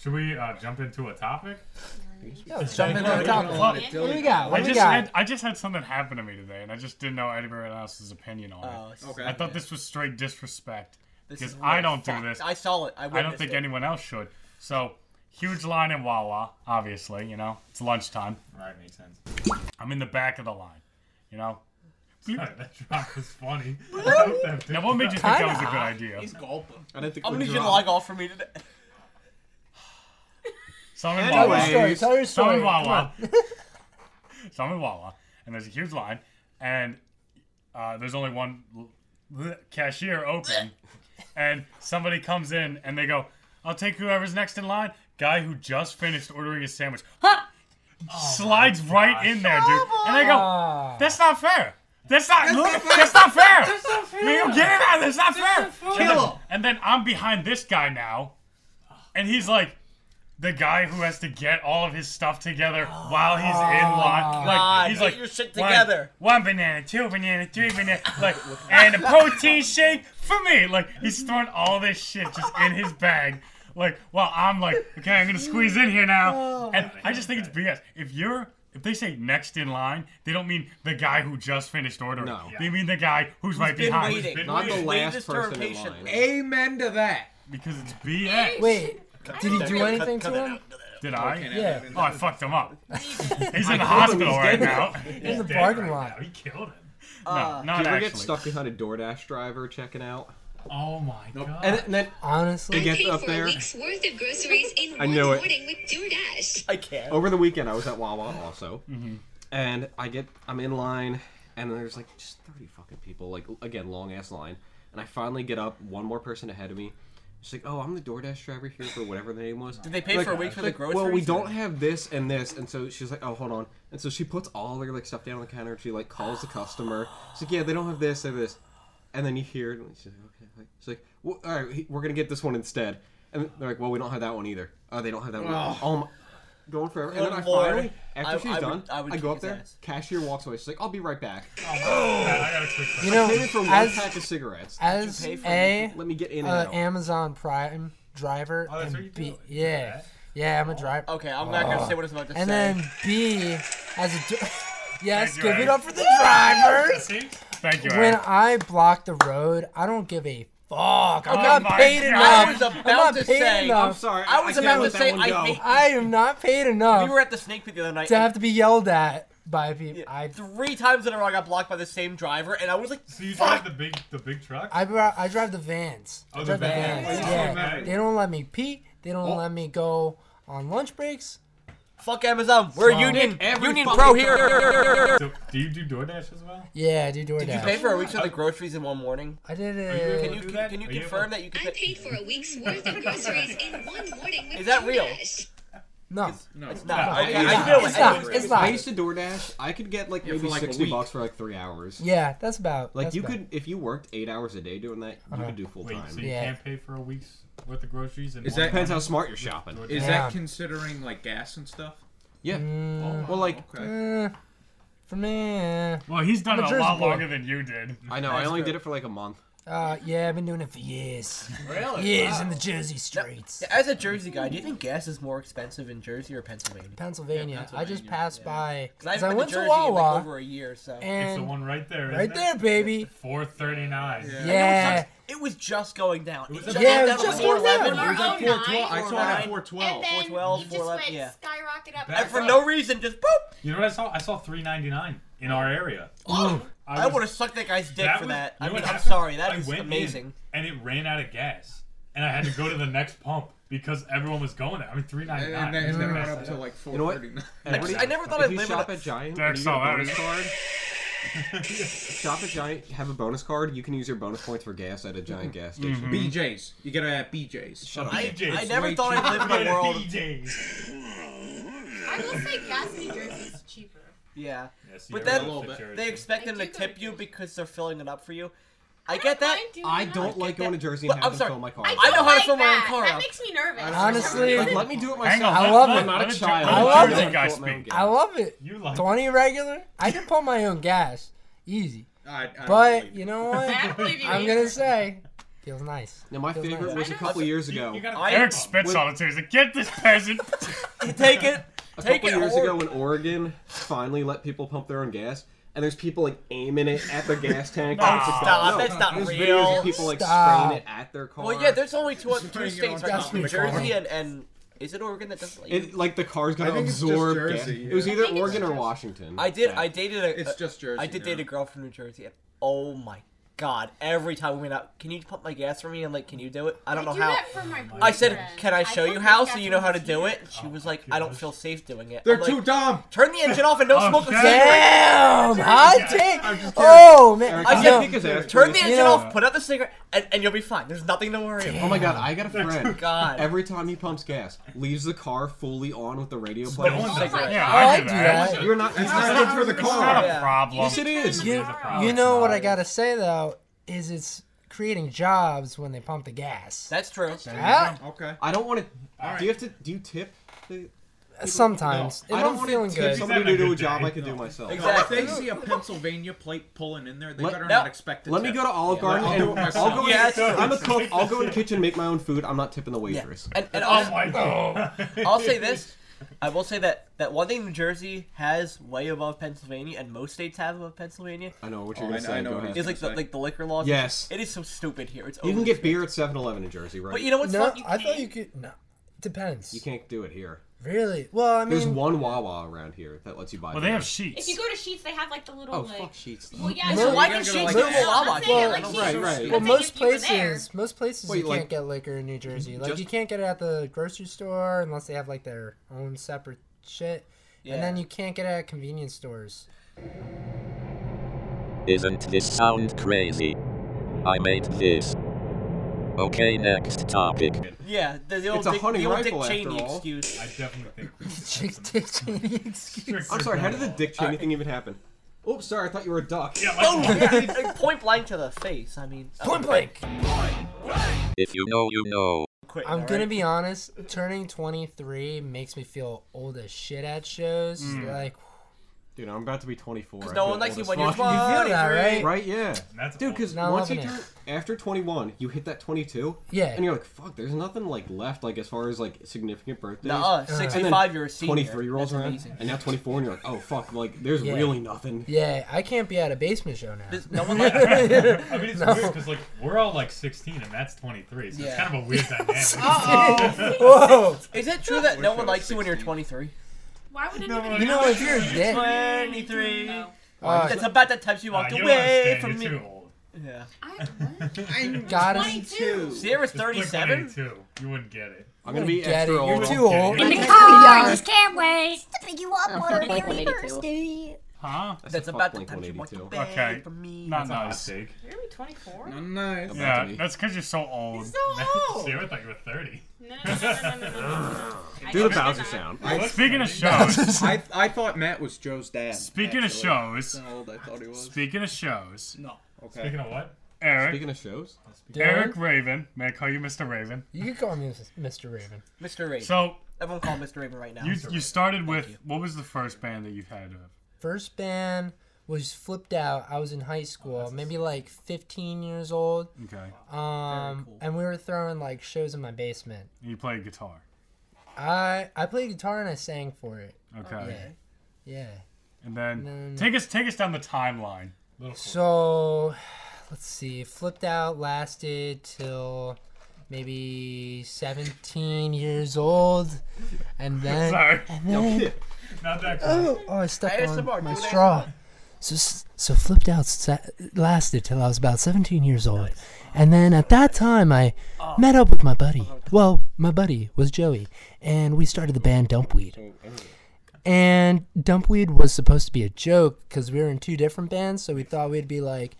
[SPEAKER 11] Should we uh, jump into a topic?
[SPEAKER 7] Yeah, let's jump into a topic. What do we got? What
[SPEAKER 1] I
[SPEAKER 7] do we
[SPEAKER 1] just
[SPEAKER 7] got?
[SPEAKER 1] had I just had something happen to me today, and I just didn't know anybody else's opinion on
[SPEAKER 2] Oh,
[SPEAKER 1] it.
[SPEAKER 2] this is- Okay.
[SPEAKER 1] I thought this was straight disrespect
[SPEAKER 2] This
[SPEAKER 1] because
[SPEAKER 2] is
[SPEAKER 1] I
[SPEAKER 2] really
[SPEAKER 1] don't do
[SPEAKER 2] fucked.
[SPEAKER 1] this.
[SPEAKER 2] I saw it. I
[SPEAKER 1] don't
[SPEAKER 2] witnessed
[SPEAKER 1] think
[SPEAKER 2] it.
[SPEAKER 1] anyone else should. So huge line in Wawa. Obviously, you know it's lunchtime.
[SPEAKER 11] Right, makes sense.
[SPEAKER 1] I'm in the back of the line. You know.
[SPEAKER 11] that drop was funny.
[SPEAKER 1] now, what made you think that was a good idea?
[SPEAKER 9] He's gulping.
[SPEAKER 1] I didn't think
[SPEAKER 2] I'm
[SPEAKER 1] we
[SPEAKER 2] gonna need you to
[SPEAKER 1] dropped.
[SPEAKER 2] log off for me today.
[SPEAKER 1] So I'm in
[SPEAKER 2] Tell
[SPEAKER 1] Wawa.
[SPEAKER 2] your story, tell your
[SPEAKER 1] So I'm in
[SPEAKER 2] story,
[SPEAKER 1] Wawa. so I'm in Wawa, and there's a huge line, and uh, there's only one l- l- cashier open, and somebody comes in and they go, "I'll take whoever's next in line." Guy who just finished ordering his sandwich, ha! slides right in there, dude, and I go, "That's not fair." That's not, look, that's not fair. That's not fair. You get it out. That's not fair. And then- and then I'm behind this guy now, and he's like, the guy who has to get all of his stuff together while he's in line. Like
[SPEAKER 2] God,
[SPEAKER 1] he's
[SPEAKER 2] get
[SPEAKER 1] like
[SPEAKER 2] your shit
[SPEAKER 1] "One-
[SPEAKER 2] together."
[SPEAKER 1] One, banana, two banana, three banana, like and a protein shake for me. Like he's throwing all this shit just in his bag. Like while I'm like, okay, I'm gonna squeeze in here
[SPEAKER 3] Oh.
[SPEAKER 1] now. And I just think it's BS. If you're if they say next in line, they don't mean the guy who just finished ordering.
[SPEAKER 3] No.
[SPEAKER 1] They mean the guy who's, right
[SPEAKER 3] been
[SPEAKER 1] behind.
[SPEAKER 3] waiting. Not the Waiting last this person in
[SPEAKER 1] patient.
[SPEAKER 3] termination.
[SPEAKER 5] Amen to that.
[SPEAKER 1] Because it's BS.
[SPEAKER 7] Wait, did he
[SPEAKER 1] Cut-
[SPEAKER 7] do
[SPEAKER 1] cut-
[SPEAKER 7] anything
[SPEAKER 1] cut
[SPEAKER 7] to
[SPEAKER 1] that
[SPEAKER 7] him?
[SPEAKER 1] Did I?
[SPEAKER 7] Okay, Yeah.
[SPEAKER 1] Oh, I fucked him up. He's in the
[SPEAKER 3] I
[SPEAKER 1] hospital
[SPEAKER 3] killed
[SPEAKER 1] right
[SPEAKER 3] him. He's
[SPEAKER 1] now.
[SPEAKER 3] dead.
[SPEAKER 7] In the parking lot.
[SPEAKER 11] He killed him.
[SPEAKER 1] No,
[SPEAKER 3] Uh,
[SPEAKER 1] not
[SPEAKER 3] Did you ever get
[SPEAKER 1] actually.
[SPEAKER 3] stuck behind a DoorDash driver checking out?
[SPEAKER 11] Oh my god.
[SPEAKER 3] And, and then
[SPEAKER 7] honestly,
[SPEAKER 3] to get up there
[SPEAKER 12] worth of groceries in
[SPEAKER 3] I knew it.
[SPEAKER 12] with DoorDash.
[SPEAKER 2] I can't.
[SPEAKER 3] over the weekend, I was at Wawa also, and I get I'm in line, and there's like just thirty fucking people, like again long ass line, and I finally get up, one more person ahead of me. She's like, "Oh, I'm the DoorDash driver here for whatever the name was."
[SPEAKER 2] Did they pay
[SPEAKER 3] Like-
[SPEAKER 2] for a week for the
[SPEAKER 3] like, Well, we
[SPEAKER 2] groceries?
[SPEAKER 3] don't have this and this, and so she's like, "Oh, hold on," and so she puts all her like stuff down on the counter. and She like calls the customer. She's like, "Yeah, they don't have this or this," and then you hear it. And she's like, "Okay," like, she's like, well, "All right, he- we're gonna get this one instead," and they're like, "Well, we don't have that one either." Oh, they don't have that one.
[SPEAKER 2] Ugh.
[SPEAKER 3] Oh my, going forever. And then I
[SPEAKER 2] Good lord.
[SPEAKER 3] finally, after
[SPEAKER 2] I-
[SPEAKER 3] she's
[SPEAKER 2] I would-
[SPEAKER 3] done,
[SPEAKER 2] I
[SPEAKER 3] I,
[SPEAKER 2] would
[SPEAKER 3] go
[SPEAKER 2] kick
[SPEAKER 3] up
[SPEAKER 2] his
[SPEAKER 3] there. Cashier walks away. She's like, "I'll be right back."
[SPEAKER 11] I got a quick
[SPEAKER 7] You know,
[SPEAKER 3] I came in for one
[SPEAKER 7] as-
[SPEAKER 3] pack of cigarettes.
[SPEAKER 7] As a
[SPEAKER 3] let me get in and
[SPEAKER 7] uh,
[SPEAKER 3] out.
[SPEAKER 7] Amazon Prime driver,
[SPEAKER 3] Oh, that's
[SPEAKER 7] and
[SPEAKER 3] what you do.
[SPEAKER 7] B-
[SPEAKER 3] You
[SPEAKER 7] yeah, yeah, I'm a driver.
[SPEAKER 2] Oh, Okay, I'm not gonna say what I was about to
[SPEAKER 7] and
[SPEAKER 2] say.
[SPEAKER 7] And then B, as a dr- yes,
[SPEAKER 2] Thank you,
[SPEAKER 7] give
[SPEAKER 2] Eric.
[SPEAKER 7] it up for the drivers.
[SPEAKER 1] Thank you,
[SPEAKER 7] When
[SPEAKER 1] Eric.
[SPEAKER 7] I block the road, I don't give a fuck. I'm
[SPEAKER 2] Oh
[SPEAKER 7] not
[SPEAKER 2] my
[SPEAKER 7] paid
[SPEAKER 2] God.
[SPEAKER 7] enough.
[SPEAKER 2] I was about
[SPEAKER 7] I'm not
[SPEAKER 2] to
[SPEAKER 7] paid
[SPEAKER 2] say-
[SPEAKER 7] enough.
[SPEAKER 2] I'm sorry, I was I can't about let to that say, one I go. hate-
[SPEAKER 7] I am not paid enough.
[SPEAKER 2] We were at the snake pit the other night.
[SPEAKER 7] to have to be yelled at by people. I
[SPEAKER 2] Three times in a row, I got blocked by the same driver, and I was like,
[SPEAKER 11] "So you drive the big, the big truck?"
[SPEAKER 7] I, bri- I drive the vans. I
[SPEAKER 11] Oh, the
[SPEAKER 7] drive
[SPEAKER 11] vans. Oh, you
[SPEAKER 7] Yeah.
[SPEAKER 11] drive vans.
[SPEAKER 7] They don't let me pee. They don't
[SPEAKER 2] Oh.
[SPEAKER 7] let me go on lunch breaks.
[SPEAKER 2] Fuck Amazon. We're
[SPEAKER 7] So-
[SPEAKER 2] union.
[SPEAKER 7] Every
[SPEAKER 2] Union
[SPEAKER 7] fucking
[SPEAKER 2] pro here.
[SPEAKER 7] driver.
[SPEAKER 11] So, do you do DoorDash as well?
[SPEAKER 7] Yeah, I do DoorDash.
[SPEAKER 2] Did you pay for a week's worth of groceries in one morning?
[SPEAKER 7] I did
[SPEAKER 2] Are you
[SPEAKER 7] it.
[SPEAKER 2] able to do that? Can you
[SPEAKER 7] Are you
[SPEAKER 2] confirm
[SPEAKER 7] able-
[SPEAKER 2] that you could?
[SPEAKER 12] I paid for a week's worth of groceries in one morning with
[SPEAKER 2] Is that real?
[SPEAKER 12] DoorDash.
[SPEAKER 7] No.
[SPEAKER 2] No. It's
[SPEAKER 3] No,
[SPEAKER 2] not. Okay,
[SPEAKER 3] it's
[SPEAKER 2] I
[SPEAKER 3] not.
[SPEAKER 2] feel it.
[SPEAKER 3] It's not.
[SPEAKER 2] I feel
[SPEAKER 3] It's
[SPEAKER 2] it.
[SPEAKER 3] not. I used to DoorDash. I could get like
[SPEAKER 7] Yeah,
[SPEAKER 3] maybe
[SPEAKER 7] for, like, a
[SPEAKER 3] sixty
[SPEAKER 7] week.
[SPEAKER 3] bucks for like three hours.
[SPEAKER 7] Yeah, that's about.
[SPEAKER 3] Like
[SPEAKER 7] that's
[SPEAKER 3] you
[SPEAKER 7] about.
[SPEAKER 3] could, if you worked eight hours a day doing that,
[SPEAKER 2] Uh-huh.
[SPEAKER 3] you could do full
[SPEAKER 11] Wait,
[SPEAKER 3] time.
[SPEAKER 11] so you can't pay for a week's worth of groceries? And
[SPEAKER 3] Is that- Depends how smart you're shopping.
[SPEAKER 5] Is
[SPEAKER 7] Yeah.
[SPEAKER 5] that considering like gas and stuff?
[SPEAKER 3] Yeah.
[SPEAKER 7] Mm,
[SPEAKER 3] well, like-
[SPEAKER 7] eh, for me. eh.
[SPEAKER 1] Well, he's done
[SPEAKER 7] I'm
[SPEAKER 1] it a
[SPEAKER 7] Jersey
[SPEAKER 1] lot
[SPEAKER 7] boy.
[SPEAKER 1] longer than you did.
[SPEAKER 3] I know. I only did it for like a month.
[SPEAKER 7] Uh, yeah, I've been doing it for years. Years in the Jersey streets.
[SPEAKER 2] Now, as a Jersey guy, do you think gas is more expensive in Jersey or Pennsylvania?
[SPEAKER 7] Pennsylvania. I just passed by.
[SPEAKER 2] Because I
[SPEAKER 7] Because
[SPEAKER 2] haven't
[SPEAKER 7] I
[SPEAKER 2] been
[SPEAKER 7] went
[SPEAKER 2] to
[SPEAKER 7] to
[SPEAKER 2] Jersey in
[SPEAKER 7] Wawa.
[SPEAKER 2] like over a year, so.
[SPEAKER 7] and
[SPEAKER 11] It's the one right there, isn't
[SPEAKER 7] Right
[SPEAKER 11] it?
[SPEAKER 7] there, baby.
[SPEAKER 11] Four thirty-nine.
[SPEAKER 7] Yeah. Yeah.
[SPEAKER 2] It was just going down. It was
[SPEAKER 7] just- Yeah, it was just going down.
[SPEAKER 2] It was at 412. I saw it at
[SPEAKER 11] 412.
[SPEAKER 4] And then
[SPEAKER 11] 412,
[SPEAKER 4] you just
[SPEAKER 11] 411,
[SPEAKER 4] went
[SPEAKER 11] yeah.
[SPEAKER 4] skyrocket up.
[SPEAKER 11] And for
[SPEAKER 2] no reason, just boop.
[SPEAKER 11] You know what I saw? I saw three ninety-nine in our area.
[SPEAKER 2] I
[SPEAKER 11] was-
[SPEAKER 2] would've sucked that guy's dick for
[SPEAKER 11] was-
[SPEAKER 2] that.
[SPEAKER 11] you
[SPEAKER 2] I
[SPEAKER 11] know what
[SPEAKER 2] mean, I'm
[SPEAKER 11] happened?
[SPEAKER 2] sorry, that
[SPEAKER 11] I
[SPEAKER 2] is
[SPEAKER 11] went in,
[SPEAKER 2] amazing.
[SPEAKER 11] and it ran out of gas, and I had to go to the next pump because everyone was going there. I mean, three ninety-nine.
[SPEAKER 5] And then- and then it went up to, like,
[SPEAKER 3] You know what? Everybody- if you shop at Giant, and you get a bonus card. shop at Giant, have a bonus card. You can use your bonus points for gas at a
[SPEAKER 2] Mm-hmm.
[SPEAKER 3] Giant gas station.
[SPEAKER 9] Mhm. BJ's. You get it at BJ's.
[SPEAKER 3] Shut up.
[SPEAKER 9] I-
[SPEAKER 3] It's
[SPEAKER 9] I never
[SPEAKER 3] way
[SPEAKER 9] thought I'd
[SPEAKER 11] E
[SPEAKER 3] cheaper.
[SPEAKER 9] live in a world-
[SPEAKER 11] BJ's.
[SPEAKER 4] I will say Gatsby Jersey is cheaper.
[SPEAKER 2] Yeah.
[SPEAKER 11] Yeah, so
[SPEAKER 2] but
[SPEAKER 11] you're
[SPEAKER 2] then
[SPEAKER 11] a little bit-
[SPEAKER 2] they expect them to tip you because they're filling it up for you. I get that.
[SPEAKER 3] I don't like going to Jersey and
[SPEAKER 2] But I'm
[SPEAKER 3] having to
[SPEAKER 2] sorry.
[SPEAKER 3] fill my car.
[SPEAKER 2] I don't know how to fill my own
[SPEAKER 4] that.
[SPEAKER 2] car
[SPEAKER 4] That
[SPEAKER 2] up.
[SPEAKER 4] makes me nervous.
[SPEAKER 3] I don't-
[SPEAKER 7] Honestly,
[SPEAKER 3] like, let me do it myself.
[SPEAKER 7] I love it.
[SPEAKER 3] I'm not a child.
[SPEAKER 7] I love
[SPEAKER 3] Jersey
[SPEAKER 7] it.
[SPEAKER 3] guy speak.
[SPEAKER 7] I love it. Twenty regular. I can pump my own gas, easy.
[SPEAKER 3] I- I
[SPEAKER 7] but
[SPEAKER 3] believe
[SPEAKER 7] you know what?
[SPEAKER 3] I don't believe you
[SPEAKER 7] I'm
[SPEAKER 3] either.
[SPEAKER 7] gonna say, feels nice.
[SPEAKER 3] Now my
[SPEAKER 7] Feels
[SPEAKER 3] favorite
[SPEAKER 7] nice.
[SPEAKER 3] was a couple years ago.
[SPEAKER 1] Eric spits on it too. He's like, "Get this peasant."
[SPEAKER 2] take it.
[SPEAKER 3] A
[SPEAKER 2] Take it,
[SPEAKER 3] couple years
[SPEAKER 2] or-
[SPEAKER 3] ago in Oregon, finally let people pump their own gas, and there's people like aiming it at the gas tank.
[SPEAKER 2] No,
[SPEAKER 3] and it's like,
[SPEAKER 2] stop,
[SPEAKER 3] no.
[SPEAKER 2] that's not
[SPEAKER 3] there's Videos
[SPEAKER 2] real.
[SPEAKER 3] of people like
[SPEAKER 2] Stop.
[SPEAKER 3] spraying it at their car.
[SPEAKER 2] Well, yeah, there's only two, two
[SPEAKER 3] Spraying it
[SPEAKER 2] states
[SPEAKER 3] on
[SPEAKER 2] right
[SPEAKER 3] top
[SPEAKER 2] now:
[SPEAKER 3] of
[SPEAKER 2] New
[SPEAKER 3] the car.
[SPEAKER 2] Jersey and, and is it Oregon that doesn't?
[SPEAKER 3] It like the car's
[SPEAKER 2] I
[SPEAKER 3] gonna
[SPEAKER 2] think it's just
[SPEAKER 3] absorb.
[SPEAKER 2] Jersey,
[SPEAKER 3] gas.
[SPEAKER 2] yeah.
[SPEAKER 3] It was
[SPEAKER 2] I
[SPEAKER 3] either
[SPEAKER 2] think it's
[SPEAKER 3] Oregon or
[SPEAKER 2] just-
[SPEAKER 3] Washington.
[SPEAKER 2] I did.
[SPEAKER 3] Yeah.
[SPEAKER 2] I dated a.
[SPEAKER 3] It's
[SPEAKER 2] a-
[SPEAKER 3] just Jersey
[SPEAKER 2] I did date
[SPEAKER 3] now.
[SPEAKER 2] a girl from New Jersey, and oh my god! Every time we went out, can you pump my gas for me? And like, can you do it? I don't know
[SPEAKER 4] do
[SPEAKER 2] how.
[SPEAKER 4] that for my
[SPEAKER 2] I said,
[SPEAKER 4] boyfriend.
[SPEAKER 2] can I
[SPEAKER 4] I
[SPEAKER 2] show
[SPEAKER 4] pump
[SPEAKER 2] you
[SPEAKER 4] his
[SPEAKER 2] how so
[SPEAKER 4] gas
[SPEAKER 2] you know
[SPEAKER 4] when
[SPEAKER 2] how to
[SPEAKER 4] he's
[SPEAKER 2] do
[SPEAKER 4] here.
[SPEAKER 2] it? And she was like, I don't feel safe doing it.
[SPEAKER 3] They're
[SPEAKER 2] I'm like,
[SPEAKER 3] too dumb. Oh,
[SPEAKER 2] Turn the engine off and don't smoke
[SPEAKER 3] Okay.
[SPEAKER 2] a cigarette.
[SPEAKER 7] Damn, hot take.
[SPEAKER 3] Oh
[SPEAKER 7] man,
[SPEAKER 3] Eric,
[SPEAKER 2] I
[SPEAKER 3] I'm
[SPEAKER 2] said,
[SPEAKER 3] gonna kick his ass,
[SPEAKER 2] turn the
[SPEAKER 3] please.
[SPEAKER 2] engine
[SPEAKER 3] You know-
[SPEAKER 2] off, put out the cigarette, and, and you'll be fine. There's nothing to worry about.
[SPEAKER 3] Oh my god, I got a friend.
[SPEAKER 2] God.
[SPEAKER 3] Every time he pumps gas, leaves the car fully on with the radio
[SPEAKER 2] Smells
[SPEAKER 3] playing.
[SPEAKER 2] like that.
[SPEAKER 7] Yeah, I I do do that. that.
[SPEAKER 3] You're not.
[SPEAKER 7] That's
[SPEAKER 3] It's not good for the
[SPEAKER 7] not
[SPEAKER 3] car.
[SPEAKER 7] a Yeah. problem.
[SPEAKER 3] Yes, it is.
[SPEAKER 7] You, you know what I gotta say though is it's creating jobs when they pump the gas. Uh,
[SPEAKER 2] That's true.
[SPEAKER 7] Yeah.
[SPEAKER 3] Okay. I don't want to. Do you have to? Do you tip? The,
[SPEAKER 7] uh, Sometimes.
[SPEAKER 3] No,
[SPEAKER 7] If
[SPEAKER 3] I don't
[SPEAKER 7] I'm
[SPEAKER 3] wanna
[SPEAKER 7] feeling
[SPEAKER 3] tip
[SPEAKER 7] good.
[SPEAKER 3] Somebody to do a job I could do myself.
[SPEAKER 2] Exactly.
[SPEAKER 9] If they see a Pennsylvania plate pulling in there, they
[SPEAKER 3] Let-
[SPEAKER 9] better
[SPEAKER 3] no.
[SPEAKER 9] not expect to
[SPEAKER 3] Let me
[SPEAKER 9] tip.
[SPEAKER 3] go to Olive Garden.
[SPEAKER 9] I'll
[SPEAKER 3] and
[SPEAKER 9] do it myself.
[SPEAKER 3] I'll go in- I'm a cook. I'll go in the kitchen, make my own food. I'm not tipping the waitress.
[SPEAKER 2] And, and
[SPEAKER 3] Oh
[SPEAKER 2] I'll,
[SPEAKER 3] my God.
[SPEAKER 2] I'll say this. I will say that, that one thing New Jersey has way above Pennsylvania, and most states have above Pennsylvania.
[SPEAKER 3] I know what you're Oh, gonna I- say, I know go what ahead. he's
[SPEAKER 2] Is like the,
[SPEAKER 3] gonna say.
[SPEAKER 2] like the liquor laws.
[SPEAKER 3] Yes.
[SPEAKER 2] It is so stupid here. It's
[SPEAKER 3] You
[SPEAKER 2] over
[SPEAKER 3] can get beer at 7-Eleven in Jersey, right?
[SPEAKER 2] But you know what's
[SPEAKER 7] No,
[SPEAKER 2] fun?
[SPEAKER 7] I thought you could. No, depends.
[SPEAKER 3] You can't do it here.
[SPEAKER 7] Really? Well, I mean,
[SPEAKER 3] There's one Wawa around here that lets you buy.
[SPEAKER 1] Well, they
[SPEAKER 3] beer.
[SPEAKER 1] have sheets.
[SPEAKER 4] If you go to Sheets, they have like the little
[SPEAKER 3] Oh,
[SPEAKER 4] like.
[SPEAKER 3] fuck Sheets.
[SPEAKER 4] Well, yeah.
[SPEAKER 7] No,
[SPEAKER 4] so why
[SPEAKER 7] you
[SPEAKER 4] can
[SPEAKER 7] gotta go
[SPEAKER 4] Sheets
[SPEAKER 7] to, like,
[SPEAKER 4] do
[SPEAKER 7] the Wawa.
[SPEAKER 4] Wawa?
[SPEAKER 7] Well,
[SPEAKER 4] like, Sheets.
[SPEAKER 7] right, right.
[SPEAKER 4] I'm
[SPEAKER 7] Well,
[SPEAKER 4] saying
[SPEAKER 7] most
[SPEAKER 4] if you were there-
[SPEAKER 7] places, most places
[SPEAKER 3] Wait,
[SPEAKER 7] you can't
[SPEAKER 3] like-
[SPEAKER 7] get liquor in New Jersey. Like
[SPEAKER 3] Just-
[SPEAKER 7] you can't get it at the grocery store unless they have like their own separate shit, and then you can't get it at convenience stores.
[SPEAKER 6] Isn't this sound crazy? I made this. Okay, next topic.
[SPEAKER 2] Yeah, the, the old
[SPEAKER 3] It's a
[SPEAKER 2] Dick,
[SPEAKER 3] hunting
[SPEAKER 2] the old
[SPEAKER 3] rifle
[SPEAKER 2] Dick
[SPEAKER 3] after
[SPEAKER 2] Cheney
[SPEAKER 3] all.
[SPEAKER 2] excuse.
[SPEAKER 11] I definitely think.
[SPEAKER 7] Dick Cheney excuse.
[SPEAKER 3] I'm sorry. How did the Dick
[SPEAKER 2] Uh,
[SPEAKER 3] Cheney thing even happen? Oops, sorry. I thought you were a duck.
[SPEAKER 2] Boom! Yeah, like, point blank to the face. I mean,
[SPEAKER 7] Point blank.
[SPEAKER 6] If you know, you know.
[SPEAKER 2] Quit,
[SPEAKER 7] I'm
[SPEAKER 2] all
[SPEAKER 7] gonna
[SPEAKER 2] right?
[SPEAKER 7] be honest. Turning 23 makes me feel old as shit at shows.
[SPEAKER 3] Mm.
[SPEAKER 7] Like
[SPEAKER 3] Dude, I'm about to be 24.
[SPEAKER 2] 'Cause
[SPEAKER 3] I
[SPEAKER 2] no
[SPEAKER 3] feel
[SPEAKER 2] one likes
[SPEAKER 3] old
[SPEAKER 2] you
[SPEAKER 3] as
[SPEAKER 2] when you're
[SPEAKER 3] fuck.
[SPEAKER 2] small, You feel that,
[SPEAKER 7] right?
[SPEAKER 3] Right, yeah. Dude, because
[SPEAKER 7] Not
[SPEAKER 3] once you
[SPEAKER 7] loving
[SPEAKER 3] turn after 21, you hit that 22.
[SPEAKER 7] Yeah.
[SPEAKER 3] And you're like, fuck, there's nothing like left, like as far as like significant birthdays.
[SPEAKER 2] Nuh-uh,
[SPEAKER 3] And then
[SPEAKER 2] 65, uh, you're a senior.
[SPEAKER 3] 23 year olds
[SPEAKER 2] That's
[SPEAKER 3] around,
[SPEAKER 2] amazing.
[SPEAKER 3] and now 24, and you're like, oh fuck, like there's
[SPEAKER 7] Yeah.
[SPEAKER 3] really nothing.
[SPEAKER 7] Yeah, I can't be at a basement show now.
[SPEAKER 2] no
[SPEAKER 11] I mean, it's
[SPEAKER 7] No.
[SPEAKER 11] weird because like we're all like 16 and that's 23, so it's
[SPEAKER 2] Yeah.
[SPEAKER 11] kind of a weird dynamic.
[SPEAKER 2] Whoa! Is it true that no one likes you when you're 23?
[SPEAKER 4] Why would
[SPEAKER 11] No,
[SPEAKER 4] anybody?
[SPEAKER 11] you know, if
[SPEAKER 4] else-
[SPEAKER 11] you're dead-
[SPEAKER 2] 23.
[SPEAKER 7] Uh,
[SPEAKER 2] That's about the time she walked
[SPEAKER 11] you don't
[SPEAKER 2] away
[SPEAKER 11] understand,
[SPEAKER 2] from me.
[SPEAKER 11] you're too old.
[SPEAKER 2] Yeah.
[SPEAKER 9] I'm
[SPEAKER 7] God, it's-
[SPEAKER 9] 22.
[SPEAKER 2] Sierra's
[SPEAKER 11] Just click
[SPEAKER 2] 37.
[SPEAKER 11] 22. You wouldn't get it.
[SPEAKER 3] I'm gonna be
[SPEAKER 7] Get it,
[SPEAKER 3] extra
[SPEAKER 7] you're
[SPEAKER 3] old.
[SPEAKER 7] too
[SPEAKER 3] Don't get
[SPEAKER 7] old.
[SPEAKER 3] it.
[SPEAKER 7] In the
[SPEAKER 3] That's
[SPEAKER 7] car.
[SPEAKER 13] I just can't wait to pick you up
[SPEAKER 2] I'm
[SPEAKER 13] on
[SPEAKER 2] fucking
[SPEAKER 13] your
[SPEAKER 2] like 82.
[SPEAKER 13] university.
[SPEAKER 1] Huh?
[SPEAKER 2] That's,
[SPEAKER 3] a
[SPEAKER 2] about the
[SPEAKER 3] fuck
[SPEAKER 2] time she walked away
[SPEAKER 3] 182.
[SPEAKER 1] Okay.
[SPEAKER 2] from me.
[SPEAKER 1] Not
[SPEAKER 11] That's a hot
[SPEAKER 1] nice.
[SPEAKER 11] take.
[SPEAKER 4] You're only 24.
[SPEAKER 9] Not nice.
[SPEAKER 3] About to
[SPEAKER 1] Yeah,
[SPEAKER 3] be.
[SPEAKER 1] that's because you're so old.
[SPEAKER 4] So old.
[SPEAKER 11] Sierra thought you were 30.
[SPEAKER 4] No, no, no, no, no, no, no, no. I
[SPEAKER 3] Do the
[SPEAKER 4] never did
[SPEAKER 3] Bowser
[SPEAKER 4] that.
[SPEAKER 3] sound.
[SPEAKER 9] I-
[SPEAKER 1] Speaking of shows,
[SPEAKER 9] I, I thought Matt was Joe's dad.
[SPEAKER 1] Speaking of
[SPEAKER 9] actually.
[SPEAKER 1] shows-
[SPEAKER 9] That's how old I thought he was.
[SPEAKER 1] speaking of shows,
[SPEAKER 9] No. Okay.
[SPEAKER 11] Speaking of what?
[SPEAKER 1] Eric,
[SPEAKER 3] Speaking of shows,
[SPEAKER 1] Eric Raven, may I call you Mr. Raven?
[SPEAKER 7] You could call me Mr. Raven.
[SPEAKER 2] Mr. Raven.
[SPEAKER 1] So
[SPEAKER 2] Everyone call him Mr. Raven right now.
[SPEAKER 1] you you started with what was the first band that you had? of?
[SPEAKER 7] First band was flipped out. I was in high school, maybe like 15 years old.
[SPEAKER 1] Okay,
[SPEAKER 7] Um, and we were throwing like shows in my basement.
[SPEAKER 1] you played guitar.
[SPEAKER 7] I I played guitar and I sang for it.
[SPEAKER 1] Okay,
[SPEAKER 7] Yeah. yeah.
[SPEAKER 1] and then
[SPEAKER 7] Then-
[SPEAKER 1] take us take us down the timeline.
[SPEAKER 7] So, let's see. Flipped out lasted till maybe 17 years old, and then
[SPEAKER 1] Sorry.
[SPEAKER 7] and then
[SPEAKER 11] Not that
[SPEAKER 7] oh, oh I stuck
[SPEAKER 2] ASMR,
[SPEAKER 7] on my
[SPEAKER 2] do an
[SPEAKER 7] straw. So s- so flipped out sa- lasted till I was about 17 years old, and then at that time I met up with my buddy. Well, my buddy was Joey, and we started the band Dumpweed. And Dumpweed was supposed to be a joke because we were in two different bands, so we thought we'd be like,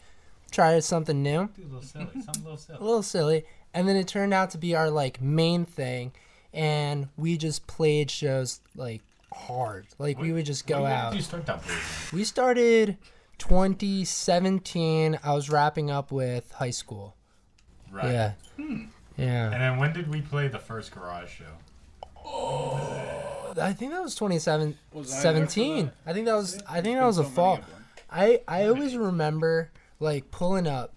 [SPEAKER 7] try something new,
[SPEAKER 11] Dude, a little silly. Something a little silly.
[SPEAKER 7] a little silly. And then it turned out to be our like main thing, and we just played shows like hard. Like we would just go
[SPEAKER 14] when
[SPEAKER 7] out.
[SPEAKER 14] Did you start that believe?
[SPEAKER 7] We started 2017. I was wrapping up with high school.
[SPEAKER 11] Right.
[SPEAKER 7] Yeah.
[SPEAKER 11] Hmm.
[SPEAKER 7] Yeah.
[SPEAKER 11] And then when did we play the first garage show?
[SPEAKER 7] I think that was 27
[SPEAKER 11] Was I there for
[SPEAKER 7] 17. I think that was I think that was a fall. I I always remember like pulling up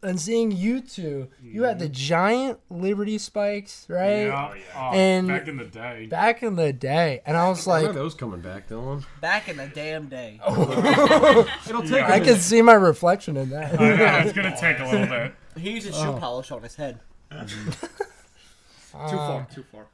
[SPEAKER 7] and seeing you two. You had the giant Liberty spikes, right?
[SPEAKER 11] Mm-hmm. Yeah. Oh, yeah. Oh,
[SPEAKER 7] and
[SPEAKER 11] back in the day.
[SPEAKER 7] Back in the day, and I was like,
[SPEAKER 3] those coming back, Dylan?
[SPEAKER 2] Back in the damn day.
[SPEAKER 3] It'll take
[SPEAKER 7] I can see my reflection in that.
[SPEAKER 11] Uh-huh.
[SPEAKER 2] He uses shoe
[SPEAKER 7] Oh.
[SPEAKER 2] polish on his head.
[SPEAKER 7] Too far,
[SPEAKER 9] too far.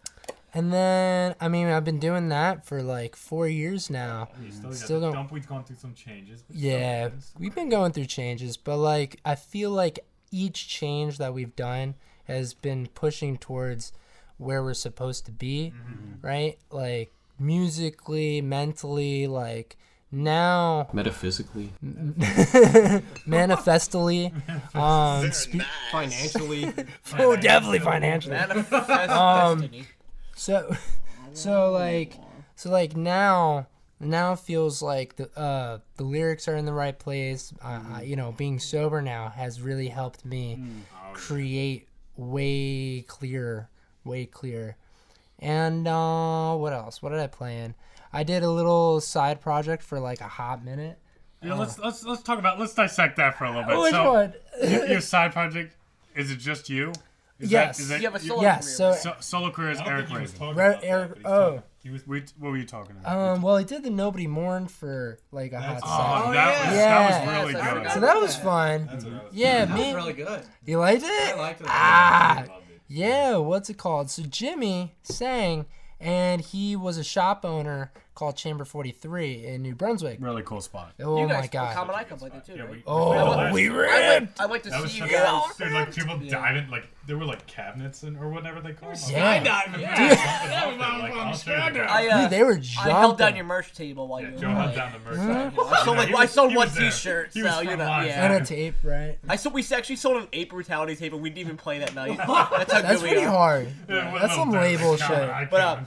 [SPEAKER 7] And then, I mean, I've been doing that for like four years now.
[SPEAKER 11] You still,
[SPEAKER 7] Still,
[SPEAKER 11] still
[SPEAKER 7] going.
[SPEAKER 11] Dump, we've gone through some changes. but still-
[SPEAKER 7] Yeah, we've been going through changes, but like I feel like each change that we've done has been pushing towards where we're supposed to be, right? Like musically, mentally, like now
[SPEAKER 3] Metaphysically.
[SPEAKER 7] manifestly um spe-
[SPEAKER 3] Financially.
[SPEAKER 7] oh definitely financially
[SPEAKER 3] Manifest
[SPEAKER 7] um
[SPEAKER 3] destiny.
[SPEAKER 7] so so like so like now now it feels like the uh the lyrics are in the right place uh, I- you know being sober now has really helped me create way clearer way clearer and uh what else what did i play in i did a little side project for like a hot minute
[SPEAKER 1] Yeah,
[SPEAKER 7] Uh,
[SPEAKER 1] let's let's let's talk about let's dissect that for a little bit.
[SPEAKER 7] Which
[SPEAKER 1] so,
[SPEAKER 7] one?
[SPEAKER 1] your, your side project is it just you? Is
[SPEAKER 7] Yes.
[SPEAKER 1] That, is
[SPEAKER 7] You have a solo
[SPEAKER 1] yes.
[SPEAKER 7] career.
[SPEAKER 1] So, solo career is
[SPEAKER 7] I don't
[SPEAKER 1] Eric
[SPEAKER 7] think he was
[SPEAKER 1] Raven.
[SPEAKER 7] talking Ra- about that, Eric- but he's oh. talking-
[SPEAKER 1] He was, we, what were you talking about?
[SPEAKER 7] Um, well, he did the Nobody Mourned for like a hot
[SPEAKER 1] That's-
[SPEAKER 7] side.
[SPEAKER 1] Oh, that was- that was really Yes, I good. forgot
[SPEAKER 7] So that
[SPEAKER 1] about
[SPEAKER 7] was
[SPEAKER 1] that.
[SPEAKER 7] fun.
[SPEAKER 1] That's what I was
[SPEAKER 7] yeah,
[SPEAKER 1] thinking.
[SPEAKER 7] me.
[SPEAKER 1] That was really good.
[SPEAKER 7] You liked it?
[SPEAKER 1] I liked it.
[SPEAKER 7] Ah,
[SPEAKER 1] I loved
[SPEAKER 7] yeah. What's it called? So Jimmy sang, and he was a shop owner called Chamber Forty Three in New Brunswick.
[SPEAKER 1] Really cool spot.
[SPEAKER 7] Oh
[SPEAKER 2] you guys,
[SPEAKER 7] my god.
[SPEAKER 2] Common Icon played that too. right?
[SPEAKER 7] Oh,
[SPEAKER 2] I went-
[SPEAKER 7] we
[SPEAKER 2] I
[SPEAKER 7] ripped.
[SPEAKER 2] went- I went to
[SPEAKER 11] That was
[SPEAKER 2] see you
[SPEAKER 11] such
[SPEAKER 2] guys.
[SPEAKER 11] a- dude, like people died in like there were like cabinets and or whatever they call them.
[SPEAKER 7] Yeah.
[SPEAKER 2] skydiving.
[SPEAKER 11] Yeah.
[SPEAKER 2] Dude.
[SPEAKER 11] Something up there, like, I'll show you the guy.
[SPEAKER 2] I, uh,
[SPEAKER 7] Dude, they were
[SPEAKER 2] I held down
[SPEAKER 7] jumping.
[SPEAKER 2] your merch table while you were
[SPEAKER 11] Joe held
[SPEAKER 2] away.
[SPEAKER 11] down the merch
[SPEAKER 7] Mhm.
[SPEAKER 11] table.
[SPEAKER 2] I sold,
[SPEAKER 11] Yeah,
[SPEAKER 2] like,
[SPEAKER 11] he
[SPEAKER 2] I
[SPEAKER 11] was-
[SPEAKER 2] sold
[SPEAKER 11] he
[SPEAKER 2] one
[SPEAKER 11] was there.
[SPEAKER 2] T-shirt,
[SPEAKER 11] He was
[SPEAKER 2] so you
[SPEAKER 11] front
[SPEAKER 2] know,
[SPEAKER 11] line.
[SPEAKER 2] yeah.
[SPEAKER 7] And a tape, right?
[SPEAKER 2] I sold. We actually sold an ape brutality table. We didn't even play that night. That's how
[SPEAKER 7] That's
[SPEAKER 2] good we
[SPEAKER 7] pretty
[SPEAKER 2] are.
[SPEAKER 7] hard.
[SPEAKER 2] Yeah, it was
[SPEAKER 7] That's
[SPEAKER 2] a
[SPEAKER 7] some
[SPEAKER 2] little
[SPEAKER 7] label
[SPEAKER 2] bit.
[SPEAKER 7] shit.
[SPEAKER 2] Common But, Icon.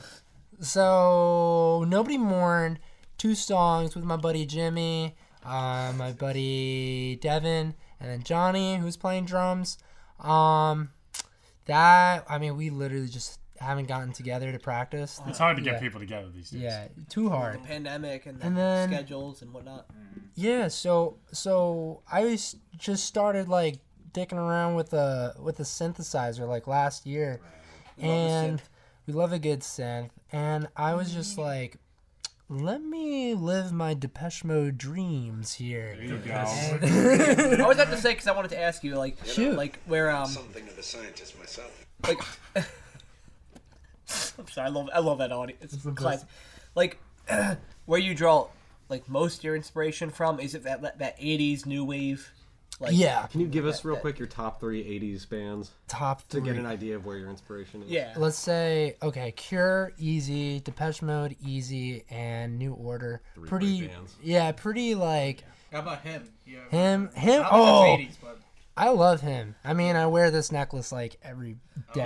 [SPEAKER 7] so nobody mourned. Two songs with my buddy Jimmy, uh, my buddy Devin, and then Johnny, who's playing drums. Um, that I mean, we literally just haven't gotten together to practice.
[SPEAKER 1] It's hard to get
[SPEAKER 7] Yeah.
[SPEAKER 1] people together these days.
[SPEAKER 7] Yeah, too hard.
[SPEAKER 2] The pandemic and,
[SPEAKER 7] And
[SPEAKER 2] the
[SPEAKER 7] then-
[SPEAKER 2] schedules and whatnot.
[SPEAKER 7] Yeah, so so I was just started like dicking around with a with a synthesizer like last year,
[SPEAKER 2] Love a
[SPEAKER 7] and
[SPEAKER 2] synth.
[SPEAKER 7] we love a good synth. And I was just like, let me live my Depeche Mode dreams here.
[SPEAKER 2] There you go.
[SPEAKER 7] And-
[SPEAKER 2] I always have to say because I wanted to ask you, like,
[SPEAKER 7] Shoot.
[SPEAKER 2] like where um,
[SPEAKER 15] Something of a scientist myself.
[SPEAKER 2] like, I'm sorry, I love, I love that audience. It's, class. Like, where you draw, like, most of your inspiration from? Is it that that, that '80s new wave? Like,
[SPEAKER 3] Can you give us
[SPEAKER 2] that-
[SPEAKER 3] real
[SPEAKER 2] that-
[SPEAKER 3] quick your top three '80s bands?
[SPEAKER 7] Top
[SPEAKER 3] to get
[SPEAKER 7] three.
[SPEAKER 3] an idea of where your inspiration is.
[SPEAKER 7] Let's say okay, Cure easy, Depeche Mode easy, and New Order
[SPEAKER 3] Three
[SPEAKER 7] pretty.
[SPEAKER 3] great bands.
[SPEAKER 7] Yeah, pretty like
[SPEAKER 9] How about him? uh, Yeah.
[SPEAKER 7] Him,
[SPEAKER 9] I
[SPEAKER 7] him.
[SPEAKER 9] think it's
[SPEAKER 7] Oh,
[SPEAKER 9] 80s, but-
[SPEAKER 7] I love him. I mean, I wear this necklace like every day.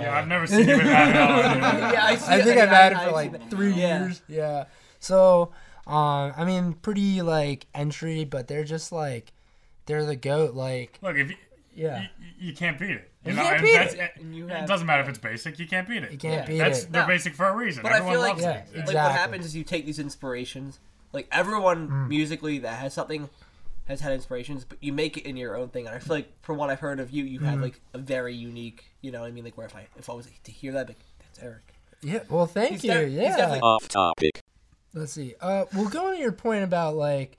[SPEAKER 1] Oh, Yeah, I've never seen you with that on.
[SPEAKER 7] I,
[SPEAKER 1] Yeah, I see it.
[SPEAKER 7] think I've
[SPEAKER 1] Yeah, I-
[SPEAKER 7] had it for
[SPEAKER 1] I've seen
[SPEAKER 7] like
[SPEAKER 1] it.
[SPEAKER 7] three
[SPEAKER 1] Yeah.
[SPEAKER 7] years. Yeah. So, um, I mean, pretty like entry, but they're just like, they're the goat. Like,
[SPEAKER 1] Look, if you,
[SPEAKER 7] Yeah.
[SPEAKER 1] you, you can't beat it.
[SPEAKER 7] You
[SPEAKER 1] know,
[SPEAKER 7] can't
[SPEAKER 1] and
[SPEAKER 7] beat
[SPEAKER 1] that's- eh,
[SPEAKER 7] it. And you
[SPEAKER 1] it
[SPEAKER 7] have-
[SPEAKER 1] doesn't matter if it's basic. You can't beat it.
[SPEAKER 7] You can't Yeah. beat
[SPEAKER 1] that's,
[SPEAKER 7] it.
[SPEAKER 1] They're
[SPEAKER 7] No.
[SPEAKER 1] basic for a reason.
[SPEAKER 2] But
[SPEAKER 1] Everyone
[SPEAKER 2] I feel like,
[SPEAKER 1] loves it.
[SPEAKER 2] like what happens is you take these inspirations, like everyone
[SPEAKER 1] Mm.
[SPEAKER 2] musically that has something has had inspirations, but you make it in your own thing. And I feel like from what I've heard of you, you have
[SPEAKER 7] Mhm.
[SPEAKER 2] like a very unique, you know what I mean? Like where if I if I was to hear that, I'd be like that's Eric.
[SPEAKER 7] yeah. Well, thank
[SPEAKER 2] He's
[SPEAKER 7] you.
[SPEAKER 2] def- he's
[SPEAKER 7] yeah.
[SPEAKER 2] definitely-
[SPEAKER 6] Off topic.
[SPEAKER 7] Let's see. Uh, well, going to your point about like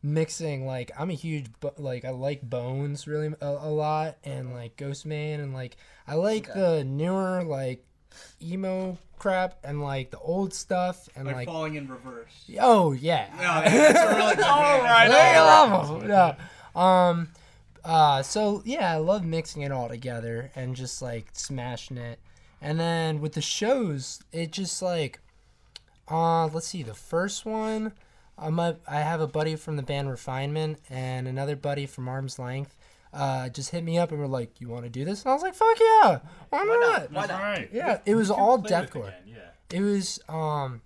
[SPEAKER 7] mixing, like I'm a huge bo- like I like Bones really a, a lot, and like Ghostman, and like I like the newer like emo crap, and like the old stuff, and
[SPEAKER 9] Like,
[SPEAKER 7] like,
[SPEAKER 9] falling in reverse.
[SPEAKER 7] oh yeah,
[SPEAKER 9] No, that's a really good band. Alright,
[SPEAKER 7] They
[SPEAKER 9] alright.
[SPEAKER 7] love 'em. No. Um, uh, so yeah, I love mixing it all together and just like smashing it. And then with the shows, it just like, uh, let's see, the first one, I'm a, I have a buddy from the band Refinement and another buddy from Arm's Length. Uh, just hit me up and were like, "You want to do this?" And I was like, "Fuck yeah! Why not?"
[SPEAKER 11] That's right.
[SPEAKER 7] Yeah, it was all
[SPEAKER 11] Play with
[SPEAKER 7] deathcore.
[SPEAKER 11] again, Yeah.
[SPEAKER 7] It was um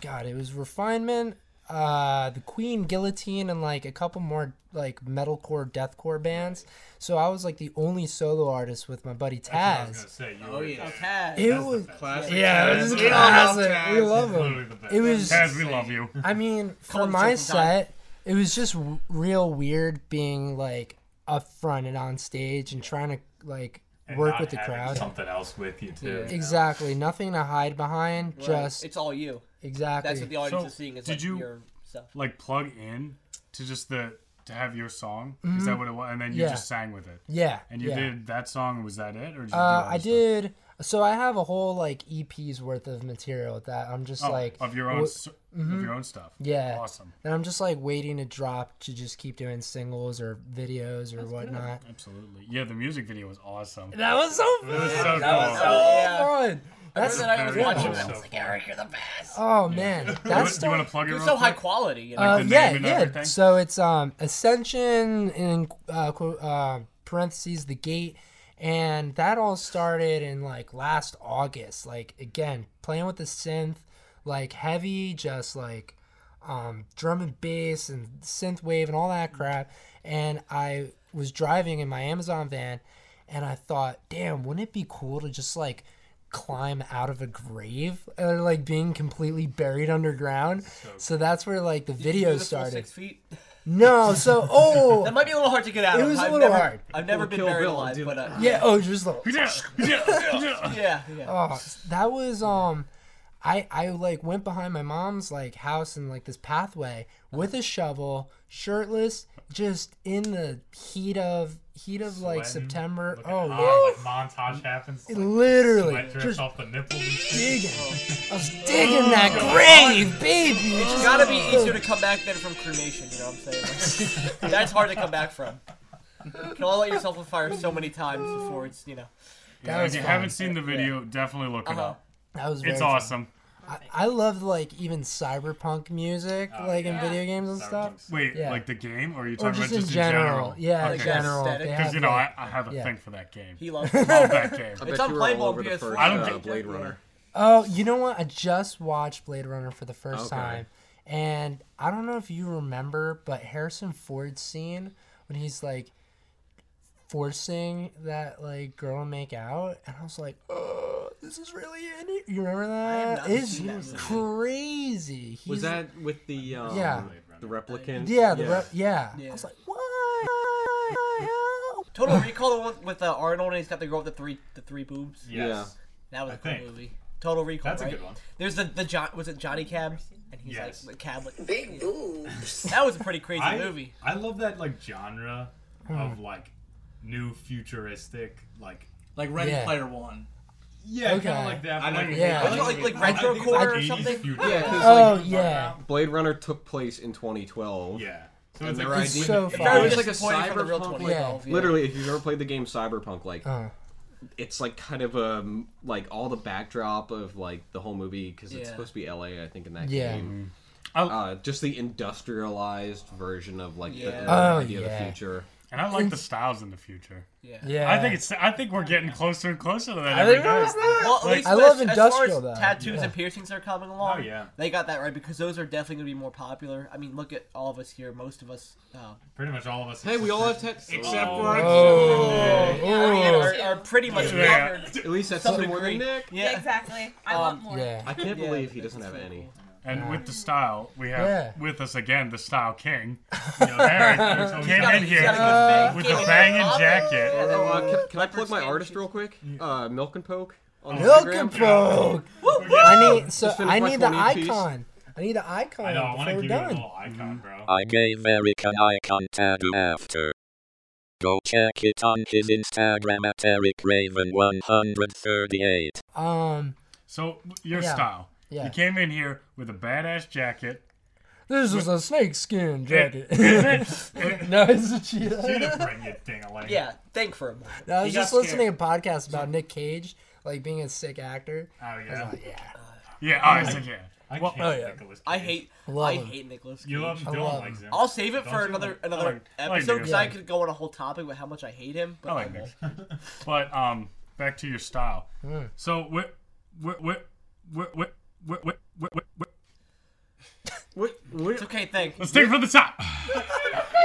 [SPEAKER 7] God, it was Refinement, uh, the Queen Guillotine, and like a couple more like metalcore, deathcore bands. So I was like the only solo artist with my buddy
[SPEAKER 11] I
[SPEAKER 7] Taz.
[SPEAKER 11] was gonna say you
[SPEAKER 2] Oh,
[SPEAKER 11] were
[SPEAKER 2] yeah.
[SPEAKER 11] Taz.
[SPEAKER 2] Taz.
[SPEAKER 7] It
[SPEAKER 11] That's the
[SPEAKER 7] was
[SPEAKER 11] best.
[SPEAKER 7] Yeah, it was
[SPEAKER 11] Taz.
[SPEAKER 7] classic. We
[SPEAKER 11] Taz.
[SPEAKER 7] love
[SPEAKER 11] Literally the
[SPEAKER 7] him.
[SPEAKER 11] best.
[SPEAKER 7] It was.
[SPEAKER 1] Taz, we love you.
[SPEAKER 7] I mean, for
[SPEAKER 1] Call
[SPEAKER 7] my
[SPEAKER 1] yourself sometime.
[SPEAKER 7] set, it was just w- real weird being like up front and on stage and trying to like
[SPEAKER 11] And
[SPEAKER 7] work
[SPEAKER 11] not
[SPEAKER 7] with the
[SPEAKER 11] having
[SPEAKER 7] crowd.
[SPEAKER 11] Something else with you too. you know?
[SPEAKER 7] Exactly. Nothing to hide behind.
[SPEAKER 11] Right.
[SPEAKER 7] Just
[SPEAKER 2] It's all you.
[SPEAKER 7] Exactly.
[SPEAKER 2] That's what the audience
[SPEAKER 1] So,
[SPEAKER 2] is seeing. Is
[SPEAKER 1] did
[SPEAKER 2] like
[SPEAKER 1] you-
[SPEAKER 2] your stuff.
[SPEAKER 1] Like plug in to just the to have your song. Is
[SPEAKER 7] Mhm.
[SPEAKER 1] that what it was? And then you
[SPEAKER 7] Yeah.
[SPEAKER 1] just sang with it.
[SPEAKER 7] Yeah,
[SPEAKER 1] And you
[SPEAKER 7] yeah.
[SPEAKER 1] did that song. Was that it? Or did you
[SPEAKER 7] Uh,
[SPEAKER 1] do
[SPEAKER 7] I did. So I have a whole like EP's worth of material with that. I'm just
[SPEAKER 1] Oh,
[SPEAKER 7] like
[SPEAKER 1] of your own
[SPEAKER 7] wo-
[SPEAKER 1] s- of your own stuff.
[SPEAKER 7] Yeah,
[SPEAKER 1] Awesome.
[SPEAKER 7] And I'm just like waiting to drop to just keep doing singles or videos or whatnot.
[SPEAKER 1] Absolutely. Yeah, the music video was awesome.
[SPEAKER 7] That was so
[SPEAKER 1] It was
[SPEAKER 7] fun.
[SPEAKER 1] so
[SPEAKER 7] That was
[SPEAKER 1] cool.
[SPEAKER 7] so Yeah. fun. That's-
[SPEAKER 2] I remember that
[SPEAKER 1] Very
[SPEAKER 2] I was watching
[SPEAKER 1] cool.
[SPEAKER 2] that. I was like, Eric, you're the best.
[SPEAKER 7] Oh man,
[SPEAKER 2] You
[SPEAKER 7] that's
[SPEAKER 1] wanna- you wanna plug it
[SPEAKER 2] You're
[SPEAKER 1] real
[SPEAKER 2] so high
[SPEAKER 1] quick?
[SPEAKER 2] quality. You know?
[SPEAKER 7] Uh, yeah, yeah. So it's um Ascension in uh, qu- uh, parentheses the gate, and that all started in like last August. Like again, playing with the synth, like heavy, just like um, drum and bass and synth wave and all that crap. And I was driving in my Amazon van, and I thought, damn, wouldn't it be cool to just like climb out of a grave or like being completely buried underground so, that's where like the
[SPEAKER 2] Did you do
[SPEAKER 7] video
[SPEAKER 2] the full
[SPEAKER 7] started
[SPEAKER 2] Six feet.
[SPEAKER 7] no, so oh,
[SPEAKER 2] that might be a little hard to get out.
[SPEAKER 7] It
[SPEAKER 2] of.
[SPEAKER 7] was a
[SPEAKER 2] I've
[SPEAKER 7] little
[SPEAKER 2] never-
[SPEAKER 7] hard.
[SPEAKER 2] I've never
[SPEAKER 7] Or
[SPEAKER 2] been
[SPEAKER 7] Kill
[SPEAKER 2] buried
[SPEAKER 7] Bill
[SPEAKER 2] alive, but uh,
[SPEAKER 7] yeah. Oh, just like
[SPEAKER 2] yeah, yeah.
[SPEAKER 7] Oh, that was um, I I like went behind my mom's like house in like this pathway with a shovel, shirtless, just in the heat of heat of like
[SPEAKER 11] Sweating,
[SPEAKER 7] September.
[SPEAKER 11] Looking
[SPEAKER 7] Oh,
[SPEAKER 11] hot, like montage happens. Like,
[SPEAKER 7] Literally,
[SPEAKER 11] sweat drips
[SPEAKER 7] just
[SPEAKER 11] off the nipples.
[SPEAKER 7] digging. I was digging that grave, baby.
[SPEAKER 2] It's
[SPEAKER 7] just-
[SPEAKER 2] gotta be easier to come back than from cremation. You know what I'm saying? Like, that's hard to come back from. You can only light yourself on fire so many times before it's you know.
[SPEAKER 1] Yeah, if you haven't seen the video, definitely look it
[SPEAKER 2] Uh-huh.
[SPEAKER 1] up.
[SPEAKER 7] That was very
[SPEAKER 1] It's
[SPEAKER 7] fun.
[SPEAKER 1] awesome.
[SPEAKER 7] I, I loved like even cyberpunk music, like in
[SPEAKER 1] yeah.
[SPEAKER 7] video games and stuff.
[SPEAKER 1] Wait,
[SPEAKER 7] Yeah.
[SPEAKER 1] like the game, or are you
[SPEAKER 7] Or
[SPEAKER 1] talking
[SPEAKER 7] just
[SPEAKER 1] about
[SPEAKER 7] in
[SPEAKER 1] just
[SPEAKER 7] general.
[SPEAKER 1] in general?
[SPEAKER 7] Yeah, in general. They
[SPEAKER 1] Because you
[SPEAKER 7] have,
[SPEAKER 1] know, I,
[SPEAKER 7] like-
[SPEAKER 1] I have a
[SPEAKER 7] yeah.
[SPEAKER 1] thing for that game.
[SPEAKER 2] He loves
[SPEAKER 1] love that game.
[SPEAKER 2] I bet It's you were all unplayable over on the PS4. first,
[SPEAKER 1] I don't
[SPEAKER 2] uh,
[SPEAKER 1] think-
[SPEAKER 2] Blade Runner.
[SPEAKER 7] Oh, you know what? I just watched Blade Runner for the first
[SPEAKER 3] Okay.
[SPEAKER 7] time, and I don't know if you remember, but Harrison Ford's scene when he's like forcing that like girl to make out, and I was like, "Oh, this is really in it." You remember
[SPEAKER 3] have
[SPEAKER 7] that?
[SPEAKER 3] not
[SPEAKER 7] It's
[SPEAKER 3] seen that movie.
[SPEAKER 7] crazy. He's,
[SPEAKER 3] was that with the um,
[SPEAKER 7] Yeah.
[SPEAKER 3] the replicant?
[SPEAKER 7] Yeah, the rep- yeah. I was like,
[SPEAKER 2] Total Recall the one with uh, Arnold and he's got the girl with the three the three boobs.
[SPEAKER 11] Yes.
[SPEAKER 2] That was
[SPEAKER 11] I
[SPEAKER 2] a cool
[SPEAKER 11] think.
[SPEAKER 2] movie. Total Recall.
[SPEAKER 11] That's a
[SPEAKER 2] right?
[SPEAKER 11] good one.
[SPEAKER 2] There's the the John was it Johnny Cab and he's
[SPEAKER 11] Yes.
[SPEAKER 2] like the cab with big boobs. That was a pretty crazy
[SPEAKER 11] I,
[SPEAKER 2] movie.
[SPEAKER 11] I love that like genre of like new futuristic like
[SPEAKER 9] Like Ready Player One.
[SPEAKER 11] Yeah, kinda like that.
[SPEAKER 9] I
[SPEAKER 11] but, like,
[SPEAKER 9] know you mean. Like- like- like
[SPEAKER 11] I think it's,
[SPEAKER 9] retrocore
[SPEAKER 11] like,
[SPEAKER 9] or
[SPEAKER 11] 80s
[SPEAKER 9] something?
[SPEAKER 11] future.
[SPEAKER 3] Yeah, 'cause,
[SPEAKER 7] Oh,
[SPEAKER 3] like,
[SPEAKER 7] yeah.
[SPEAKER 3] Blade Runner took place in 2012.
[SPEAKER 11] Yeah.
[SPEAKER 3] So
[SPEAKER 11] So
[SPEAKER 3] it's
[SPEAKER 11] it's
[SPEAKER 3] their
[SPEAKER 11] like-
[SPEAKER 3] idea.
[SPEAKER 11] It's so
[SPEAKER 3] If
[SPEAKER 11] far.
[SPEAKER 3] there was,
[SPEAKER 11] It's
[SPEAKER 3] like a
[SPEAKER 11] disappointing for the real
[SPEAKER 3] cyberpunk,
[SPEAKER 11] 2012,
[SPEAKER 3] like,
[SPEAKER 11] yeah.
[SPEAKER 3] literally, if you've ever played the game Cyberpunk, like
[SPEAKER 7] Uh.
[SPEAKER 3] it's like kind of a like all the backdrop of like the whole movie because it's
[SPEAKER 1] Yeah.
[SPEAKER 3] supposed to be LA, I think, in that
[SPEAKER 7] Yeah. Oh.
[SPEAKER 3] game. Uh, just the industrialized version of like the,
[SPEAKER 1] Yeah.
[SPEAKER 3] the
[SPEAKER 1] Oh,
[SPEAKER 3] idea of the
[SPEAKER 1] yeah.
[SPEAKER 3] future.
[SPEAKER 1] And I like the styles in the future.
[SPEAKER 2] Yeah.
[SPEAKER 7] Yeah.
[SPEAKER 1] I think it's. I think we're getting closer and closer to that.
[SPEAKER 7] I
[SPEAKER 1] every
[SPEAKER 7] think we're
[SPEAKER 1] day.
[SPEAKER 7] almost there.
[SPEAKER 2] Well, at
[SPEAKER 1] Like-
[SPEAKER 2] least as, as far as Tattoos and piercings are coming along.
[SPEAKER 1] Oh, yeah.
[SPEAKER 2] They got that right because those are definitely going to be more popular. I mean, look at all of us here. Most of us. Uh,
[SPEAKER 11] Pretty much all of us.
[SPEAKER 3] Hey, we all have tattoos.
[SPEAKER 11] Except
[SPEAKER 2] Oh.
[SPEAKER 11] for-
[SPEAKER 2] Oh.
[SPEAKER 11] Yeah.
[SPEAKER 2] Yeah, I mean,
[SPEAKER 11] Oh.
[SPEAKER 2] are, are pretty much
[SPEAKER 11] Yeah.
[SPEAKER 2] covered.
[SPEAKER 11] At least that's
[SPEAKER 2] Some
[SPEAKER 11] something more
[SPEAKER 2] degree.
[SPEAKER 11] than Nick.
[SPEAKER 2] Yeah.
[SPEAKER 4] Exactly. I
[SPEAKER 2] Um,
[SPEAKER 4] want more.
[SPEAKER 7] Yeah.
[SPEAKER 3] I can't
[SPEAKER 11] Yeah,
[SPEAKER 3] believe he doesn't have any.
[SPEAKER 1] And with the style, we have
[SPEAKER 3] Yeah.
[SPEAKER 1] with us again the style king. You know, Eric
[SPEAKER 3] He's
[SPEAKER 1] came
[SPEAKER 3] got a-
[SPEAKER 1] in
[SPEAKER 3] he's
[SPEAKER 1] here
[SPEAKER 3] got a good face.
[SPEAKER 1] with
[SPEAKER 3] Came
[SPEAKER 1] a
[SPEAKER 3] in
[SPEAKER 1] banging
[SPEAKER 3] with a-
[SPEAKER 1] jacket.
[SPEAKER 3] Oh, uh, can, can I plug my artist real quick? Uh, Milk and Poke. On
[SPEAKER 1] Oh,
[SPEAKER 7] Milk
[SPEAKER 3] Instagram.
[SPEAKER 7] and Poke. I need so
[SPEAKER 3] Just finished
[SPEAKER 7] I
[SPEAKER 3] my
[SPEAKER 7] need the
[SPEAKER 3] 28 piece.
[SPEAKER 7] icon. I need the icon.
[SPEAKER 11] I know, I
[SPEAKER 7] before
[SPEAKER 11] want to
[SPEAKER 7] we're
[SPEAKER 11] give you a
[SPEAKER 7] done.
[SPEAKER 11] little icon, bro.
[SPEAKER 6] I gave Eric an icon tattoo after. Go check it on his Instagram at Eric Raven 138.
[SPEAKER 7] Um.
[SPEAKER 1] So your
[SPEAKER 7] Yeah.
[SPEAKER 1] style.
[SPEAKER 7] Yeah.
[SPEAKER 1] You came in here with a badass jacket.
[SPEAKER 7] This is a snake skin jacket.
[SPEAKER 1] Is it?
[SPEAKER 7] no, it's a cheetah.
[SPEAKER 2] Yeah, think for a moment.
[SPEAKER 7] No, I was
[SPEAKER 2] He got
[SPEAKER 7] just listening to a podcast about Nick Cage, like being a sick actor.
[SPEAKER 11] Oh
[SPEAKER 7] I
[SPEAKER 11] yeah.
[SPEAKER 7] was like, yeah.
[SPEAKER 1] Yeah, I was like, yeah.
[SPEAKER 11] I
[SPEAKER 1] Well-
[SPEAKER 11] can't
[SPEAKER 1] Oh, yeah.
[SPEAKER 11] Nicolas
[SPEAKER 2] I
[SPEAKER 11] Cage.
[SPEAKER 2] hate.
[SPEAKER 7] Love
[SPEAKER 2] I
[SPEAKER 7] him.
[SPEAKER 2] hate Nicolas Cage.
[SPEAKER 11] You love him,
[SPEAKER 2] I
[SPEAKER 11] Dylan
[SPEAKER 2] love
[SPEAKER 11] likes
[SPEAKER 2] him.
[SPEAKER 11] him.
[SPEAKER 2] I'll save it
[SPEAKER 11] Don't
[SPEAKER 2] for
[SPEAKER 11] you?
[SPEAKER 2] another
[SPEAKER 11] I
[SPEAKER 2] another
[SPEAKER 11] like- I like
[SPEAKER 2] episode because
[SPEAKER 11] Nicolas.
[SPEAKER 2] I could go on a whole topic with how much I hate him. But
[SPEAKER 1] I like
[SPEAKER 2] I won't.
[SPEAKER 1] Nick. but um, back to your style.
[SPEAKER 7] Mm.
[SPEAKER 1] So what, what, what, what, what, what, what, what,
[SPEAKER 3] What?
[SPEAKER 2] It's okay. Thank.
[SPEAKER 1] Let's take it from the top.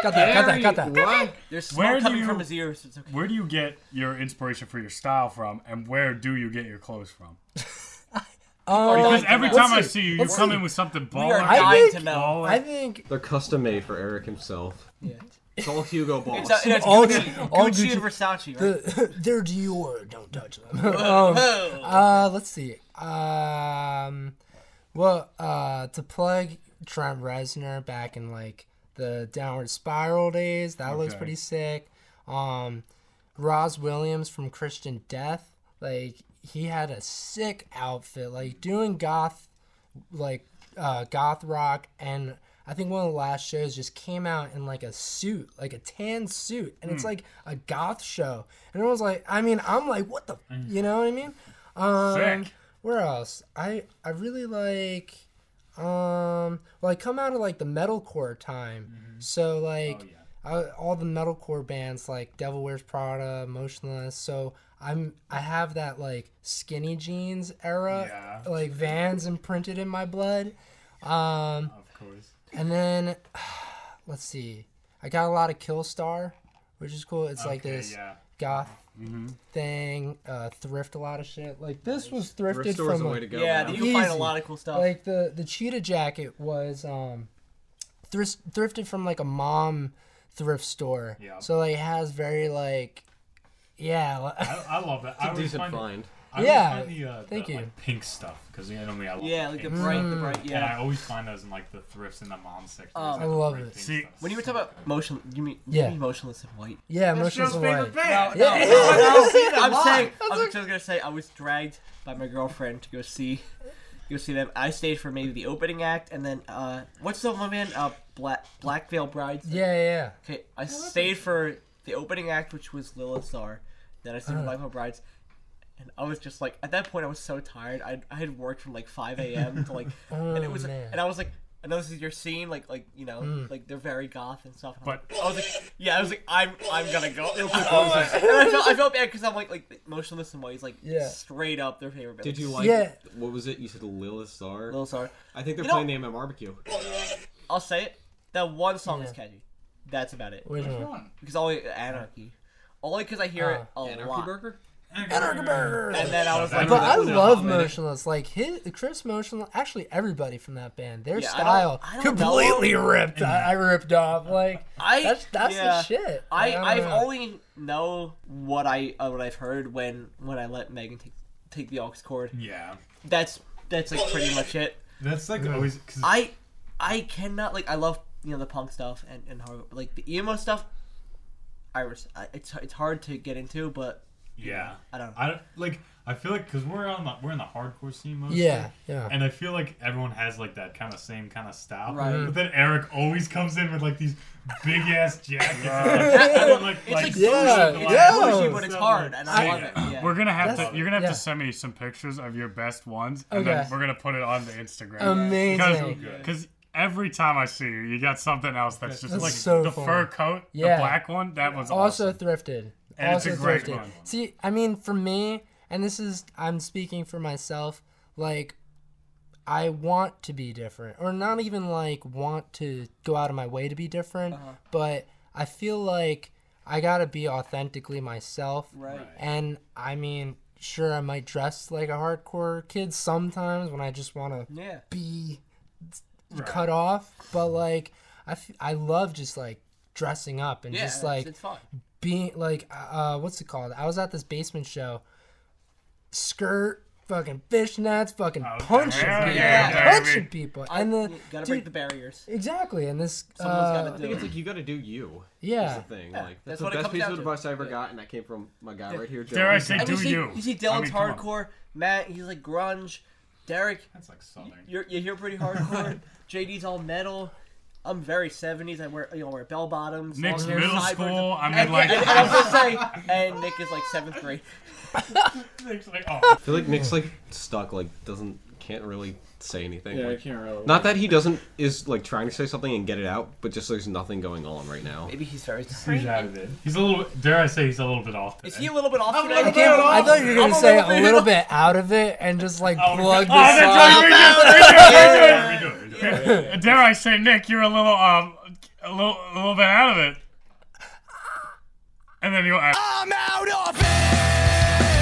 [SPEAKER 2] Got that, got that, got
[SPEAKER 1] Gary,
[SPEAKER 2] that.
[SPEAKER 1] why?
[SPEAKER 2] There's smoke coming from his ears. It's okay.
[SPEAKER 1] Where do you get your inspiration for your style from, and where do you get your clothes from? because every time I see you, you come in with something baller. baller.
[SPEAKER 7] I think
[SPEAKER 3] they're custom made for Eric himself.
[SPEAKER 2] Yeah.
[SPEAKER 3] It's all Hugo Boss.
[SPEAKER 2] It's, a- it's
[SPEAKER 7] all
[SPEAKER 2] Gucci,
[SPEAKER 7] all
[SPEAKER 2] Gucci
[SPEAKER 7] Gucci-
[SPEAKER 2] and Versace, right?
[SPEAKER 7] the- they're Dior. Don't touch them.
[SPEAKER 2] Whoa.
[SPEAKER 7] um, uh, let's see. Um, well, uh, to plug Trent Reznor back in like the Downward Spiral days, that looks
[SPEAKER 1] Okay.
[SPEAKER 7] pretty sick. Um, Roz Williams from Christian Death, like he had a sick outfit, like doing goth, like uh, goth rock, and I think one of the last shows just came out in like a suit, like a tan suit, and it's
[SPEAKER 5] Hmm.
[SPEAKER 7] like a goth show, and everyone's like, I mean, I'm like, what the, you know what I mean? Um,
[SPEAKER 5] Sick.
[SPEAKER 7] Where else? I I really like, um, well, I come out of like the metalcore time, so like I- all the metalcore bands like Devil Wears Prada, Motionless. So I'm I have that like skinny jeans era, like Vans imprinted in my blood. Um,
[SPEAKER 11] Of course.
[SPEAKER 7] and then let's see, I got a lot of Killstar, which is cool. It's like
[SPEAKER 11] Okay,
[SPEAKER 7] this
[SPEAKER 11] yeah.
[SPEAKER 7] goth
[SPEAKER 11] Mhm.
[SPEAKER 7] thing. Uh, thrift a lot of shit. Like this was
[SPEAKER 3] Thrift
[SPEAKER 7] thrifted
[SPEAKER 3] store's
[SPEAKER 7] from
[SPEAKER 3] the
[SPEAKER 7] like,
[SPEAKER 3] way to go
[SPEAKER 2] Yeah,
[SPEAKER 3] now.
[SPEAKER 2] you can find a lot of cool stuff.
[SPEAKER 7] Like the the cheetah jacket was um, thrift thrifted from like a mom thrift store.
[SPEAKER 11] Yeah.
[SPEAKER 7] So like it has very like, yeah. li-
[SPEAKER 11] I, I love that.
[SPEAKER 7] It's a
[SPEAKER 11] I always
[SPEAKER 7] decent
[SPEAKER 11] find,
[SPEAKER 7] find.
[SPEAKER 11] I always
[SPEAKER 7] Yeah,
[SPEAKER 11] Find the, uh,
[SPEAKER 7] thank
[SPEAKER 11] the,
[SPEAKER 7] you.
[SPEAKER 11] Like, pink stuff because you know me. I love
[SPEAKER 2] Yeah,
[SPEAKER 11] the
[SPEAKER 2] like the
[SPEAKER 11] pink
[SPEAKER 2] bright- the
[SPEAKER 11] stuff.
[SPEAKER 2] bright-
[SPEAKER 11] And
[SPEAKER 7] Mm.
[SPEAKER 2] yeah.
[SPEAKER 11] I always find those in like the thrifts in the mom section.
[SPEAKER 7] Oh.
[SPEAKER 2] Um,
[SPEAKER 11] There's, like,
[SPEAKER 2] I
[SPEAKER 11] the
[SPEAKER 2] love
[SPEAKER 11] bright
[SPEAKER 7] it.
[SPEAKER 11] pink
[SPEAKER 2] See,
[SPEAKER 11] stuff.
[SPEAKER 2] when you were talking about motion, you mean you
[SPEAKER 7] Yeah.
[SPEAKER 2] mean motionless and white?
[SPEAKER 7] Yeah, That's Motionless Joe's and favorite White. band.
[SPEAKER 2] No, no,
[SPEAKER 7] Yeah.
[SPEAKER 2] no, no,
[SPEAKER 7] I've seen it
[SPEAKER 2] I'm
[SPEAKER 7] live.
[SPEAKER 2] saying,
[SPEAKER 7] That's
[SPEAKER 2] I'm just gonna say, I was dragged by my girlfriend to go see, go see them. I stayed for maybe the opening act, and then uh, what's the one band? Uh, Black Black Veil Brides.
[SPEAKER 7] Yeah, yeah.
[SPEAKER 2] Okay, I stayed for the opening act, which was Lilith Star. Then I stayed for
[SPEAKER 7] Uh.
[SPEAKER 2] Black Veil Brides. And I was just like, at that point, I was so tired. I, I had worked from like 5 a.m. to like, and it
[SPEAKER 7] Oh,
[SPEAKER 2] was,
[SPEAKER 7] man.
[SPEAKER 2] and I was like, I know this is your scene, like, like you know,
[SPEAKER 7] Mm.
[SPEAKER 2] like they're very goth and stuff. And
[SPEAKER 11] But-
[SPEAKER 2] I was like, yeah, I was like, I'm, I'm gonna
[SPEAKER 3] Oh,
[SPEAKER 2] go. and
[SPEAKER 11] what was that?
[SPEAKER 2] I felt, I felt bad because I'm like, like motionless and white is like
[SPEAKER 3] Yeah.
[SPEAKER 2] straight up their favorite. band.
[SPEAKER 3] Did you like?
[SPEAKER 2] Yeah.
[SPEAKER 3] What was it? You said Lilith Star.
[SPEAKER 2] Lilith Star.
[SPEAKER 3] I think they're
[SPEAKER 2] You know-
[SPEAKER 3] playing the MM barbecue.
[SPEAKER 2] I'll say it. That one song is catchy. That's about it.
[SPEAKER 3] Which Which one? one?
[SPEAKER 2] Because only Anarchy. Only because I hear it
[SPEAKER 7] Uh.
[SPEAKER 2] a
[SPEAKER 3] Ah. Anarchy
[SPEAKER 2] lot.
[SPEAKER 3] Burger?
[SPEAKER 7] Anarchy Burger.
[SPEAKER 2] And then I was like,
[SPEAKER 7] but I
[SPEAKER 2] "Oh, no."
[SPEAKER 7] love Motionless. Like his, Chris Motionless, actually everybody from that band, their
[SPEAKER 2] Yeah, I don't-
[SPEAKER 7] style
[SPEAKER 2] I don't know.
[SPEAKER 7] completely ripped. I, I ripped off. Like
[SPEAKER 2] I
[SPEAKER 7] that's that's
[SPEAKER 2] yeah.
[SPEAKER 7] the shit.
[SPEAKER 2] I
[SPEAKER 7] Like,
[SPEAKER 2] I've
[SPEAKER 7] don't know.
[SPEAKER 2] only know what I uh, what I've heard when when I let Megan take take the aux cord.
[SPEAKER 11] Yeah.
[SPEAKER 2] That's that's like pretty much it.
[SPEAKER 11] That's like always. 'cause
[SPEAKER 2] I I cannot like I love you know the punk stuff and and hard, like the emo stuff. I res- I, it's it's hard to get into, but
[SPEAKER 11] Yeah,
[SPEAKER 2] I don't know.
[SPEAKER 11] I don't like. I feel like because we're on the we're in the hardcore scene mostly.
[SPEAKER 7] Yeah, yeah.
[SPEAKER 11] And I feel like everyone has like that kind of same kind of style.
[SPEAKER 2] Right.
[SPEAKER 11] But then Eric always comes in with like these big ass jackets.
[SPEAKER 2] Yeah. It's like bougie. It's bougie, but it's hard, and I love it. Yeah.
[SPEAKER 1] We're gonna have
[SPEAKER 2] That's-
[SPEAKER 1] to. You're gonna have
[SPEAKER 2] yeah.
[SPEAKER 1] to send me some pictures of your best ones, and then
[SPEAKER 2] Okay.
[SPEAKER 1] we're gonna put it on the Instagram.
[SPEAKER 7] Amazing.
[SPEAKER 1] Because every time I see you, you got something else that's just
[SPEAKER 7] That's
[SPEAKER 1] like
[SPEAKER 7] so
[SPEAKER 1] the
[SPEAKER 7] fun.
[SPEAKER 1] fur coat,
[SPEAKER 7] Yeah.
[SPEAKER 1] the black one. That one's awesome.
[SPEAKER 7] also thrifted.
[SPEAKER 1] And it's a
[SPEAKER 7] also
[SPEAKER 1] great
[SPEAKER 7] thrifted.
[SPEAKER 1] one.
[SPEAKER 7] See, I mean, for me, and this is I'm speaking for myself. Like, I want to be different, or not even like want to go out of my way to be different,
[SPEAKER 1] Uh-huh.
[SPEAKER 7] but I feel like I gotta be authentically myself.
[SPEAKER 2] Right. Right.
[SPEAKER 7] And I mean, sure, I might dress like a hardcore kid sometimes when I just wanna
[SPEAKER 2] Yeah.
[SPEAKER 7] be cut off, but like I, f- I love just like dressing up and
[SPEAKER 2] Yeah,
[SPEAKER 7] just
[SPEAKER 2] it's-
[SPEAKER 7] like
[SPEAKER 2] it's fun.
[SPEAKER 7] being like uh what's it called? I was at this basement show, skirt, fucking fishnets, fucking punching,
[SPEAKER 2] yeah,
[SPEAKER 7] people,
[SPEAKER 2] yeah,
[SPEAKER 7] punching
[SPEAKER 2] baby.
[SPEAKER 7] people,
[SPEAKER 2] I-
[SPEAKER 7] and the
[SPEAKER 2] you gotta
[SPEAKER 7] dude,
[SPEAKER 2] break the barriers.
[SPEAKER 7] exactly, and this uh,
[SPEAKER 3] I think it's like you got to do you.
[SPEAKER 7] Yeah.
[SPEAKER 3] Is the thing.
[SPEAKER 7] Yeah,
[SPEAKER 3] Like
[SPEAKER 7] that's
[SPEAKER 3] that's,
[SPEAKER 7] what it
[SPEAKER 3] the best
[SPEAKER 7] comes
[SPEAKER 3] piece
[SPEAKER 7] down
[SPEAKER 3] of
[SPEAKER 7] to.
[SPEAKER 3] advice I ever got, and that came from my guy right here. Joe.
[SPEAKER 1] Dare I say
[SPEAKER 2] And
[SPEAKER 1] do
[SPEAKER 2] see,
[SPEAKER 1] you.
[SPEAKER 2] You see
[SPEAKER 1] I
[SPEAKER 2] Dylan's
[SPEAKER 1] mean, come on.
[SPEAKER 2] hardcore, Matt, he's like grunge, Derek.
[SPEAKER 11] That's like southern.
[SPEAKER 2] You're, you're here pretty hardcore. JD's all metal. I'm very 70s. I wear you know, I wear bell bottoms.
[SPEAKER 1] Nick's
[SPEAKER 2] long hair,
[SPEAKER 1] middle
[SPEAKER 2] sideburns.
[SPEAKER 1] school, I mean,
[SPEAKER 2] and,
[SPEAKER 1] like-
[SPEAKER 2] and, and I was gonna say, and Nick is like seventh grade.
[SPEAKER 11] Nick's like,
[SPEAKER 1] oh.
[SPEAKER 3] I feel like Nick's like stuck. Like doesn't can't really say anything.
[SPEAKER 9] Yeah, I
[SPEAKER 3] like-
[SPEAKER 9] can't really-
[SPEAKER 3] Not that he doesn't is like trying to say something and get it out, but just there's nothing going on right now.
[SPEAKER 2] Maybe he's very.
[SPEAKER 11] He's out of it. He's a little. Dare I say he's a little bit off.
[SPEAKER 2] Is he a little bit off today?
[SPEAKER 7] I, can't, I thought you were gonna
[SPEAKER 2] I'm
[SPEAKER 7] say
[SPEAKER 2] bit-
[SPEAKER 7] a little bit out of it and just like plug this
[SPEAKER 2] Oh,
[SPEAKER 7] up.
[SPEAKER 2] that's what we do, we do, we do, we do, we do.
[SPEAKER 1] Dare I say, Nick, you're a little um, a little, a little bit out of it. And then you. I, I'm out of it.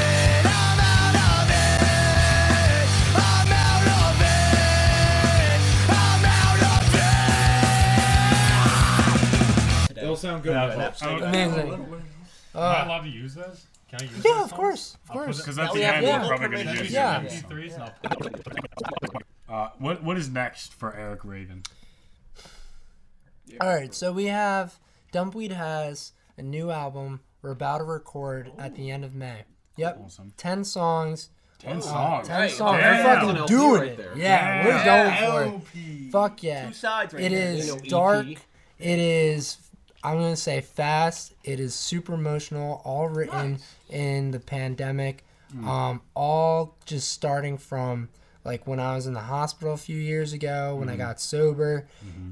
[SPEAKER 9] It'll sound good.
[SPEAKER 1] Yeah,
[SPEAKER 9] in
[SPEAKER 1] that's
[SPEAKER 9] my laptop.
[SPEAKER 1] Amazing. Am I
[SPEAKER 7] Uh,
[SPEAKER 1] allowed to use those? Can I use
[SPEAKER 7] Yeah, of course, of course.
[SPEAKER 1] Because that's
[SPEAKER 7] We
[SPEAKER 1] the
[SPEAKER 7] have
[SPEAKER 1] end.
[SPEAKER 7] legal
[SPEAKER 1] We're probably going to
[SPEAKER 7] permission.
[SPEAKER 1] use
[SPEAKER 7] Yeah.
[SPEAKER 1] it. MP3s and I'll- Uh, what what is next for Eric Raven?
[SPEAKER 7] All right, so we have Dumpweed has a new album. We're about to record at the end of May. Yep, ten songs.
[SPEAKER 1] 10
[SPEAKER 7] Uh,
[SPEAKER 1] songs.
[SPEAKER 7] ten
[SPEAKER 1] Right.
[SPEAKER 7] songs.
[SPEAKER 1] Damn.
[SPEAKER 7] We're
[SPEAKER 1] That's an
[SPEAKER 7] fucking
[SPEAKER 1] LP
[SPEAKER 7] doing
[SPEAKER 1] right
[SPEAKER 7] it.
[SPEAKER 1] there.
[SPEAKER 7] Yeah,
[SPEAKER 1] Yeah.
[SPEAKER 7] we're going for it. Fuck yeah.
[SPEAKER 2] Two sides right
[SPEAKER 7] It
[SPEAKER 2] there.
[SPEAKER 7] is
[SPEAKER 2] You know, E EP.
[SPEAKER 7] dark. It is. I'm gonna say fast. It is super emotional. All written in the pandemic.
[SPEAKER 14] Mm.
[SPEAKER 7] Um, all just starting from like when I was in the hospital a few years ago when I
[SPEAKER 14] Mhm.
[SPEAKER 7] got sober.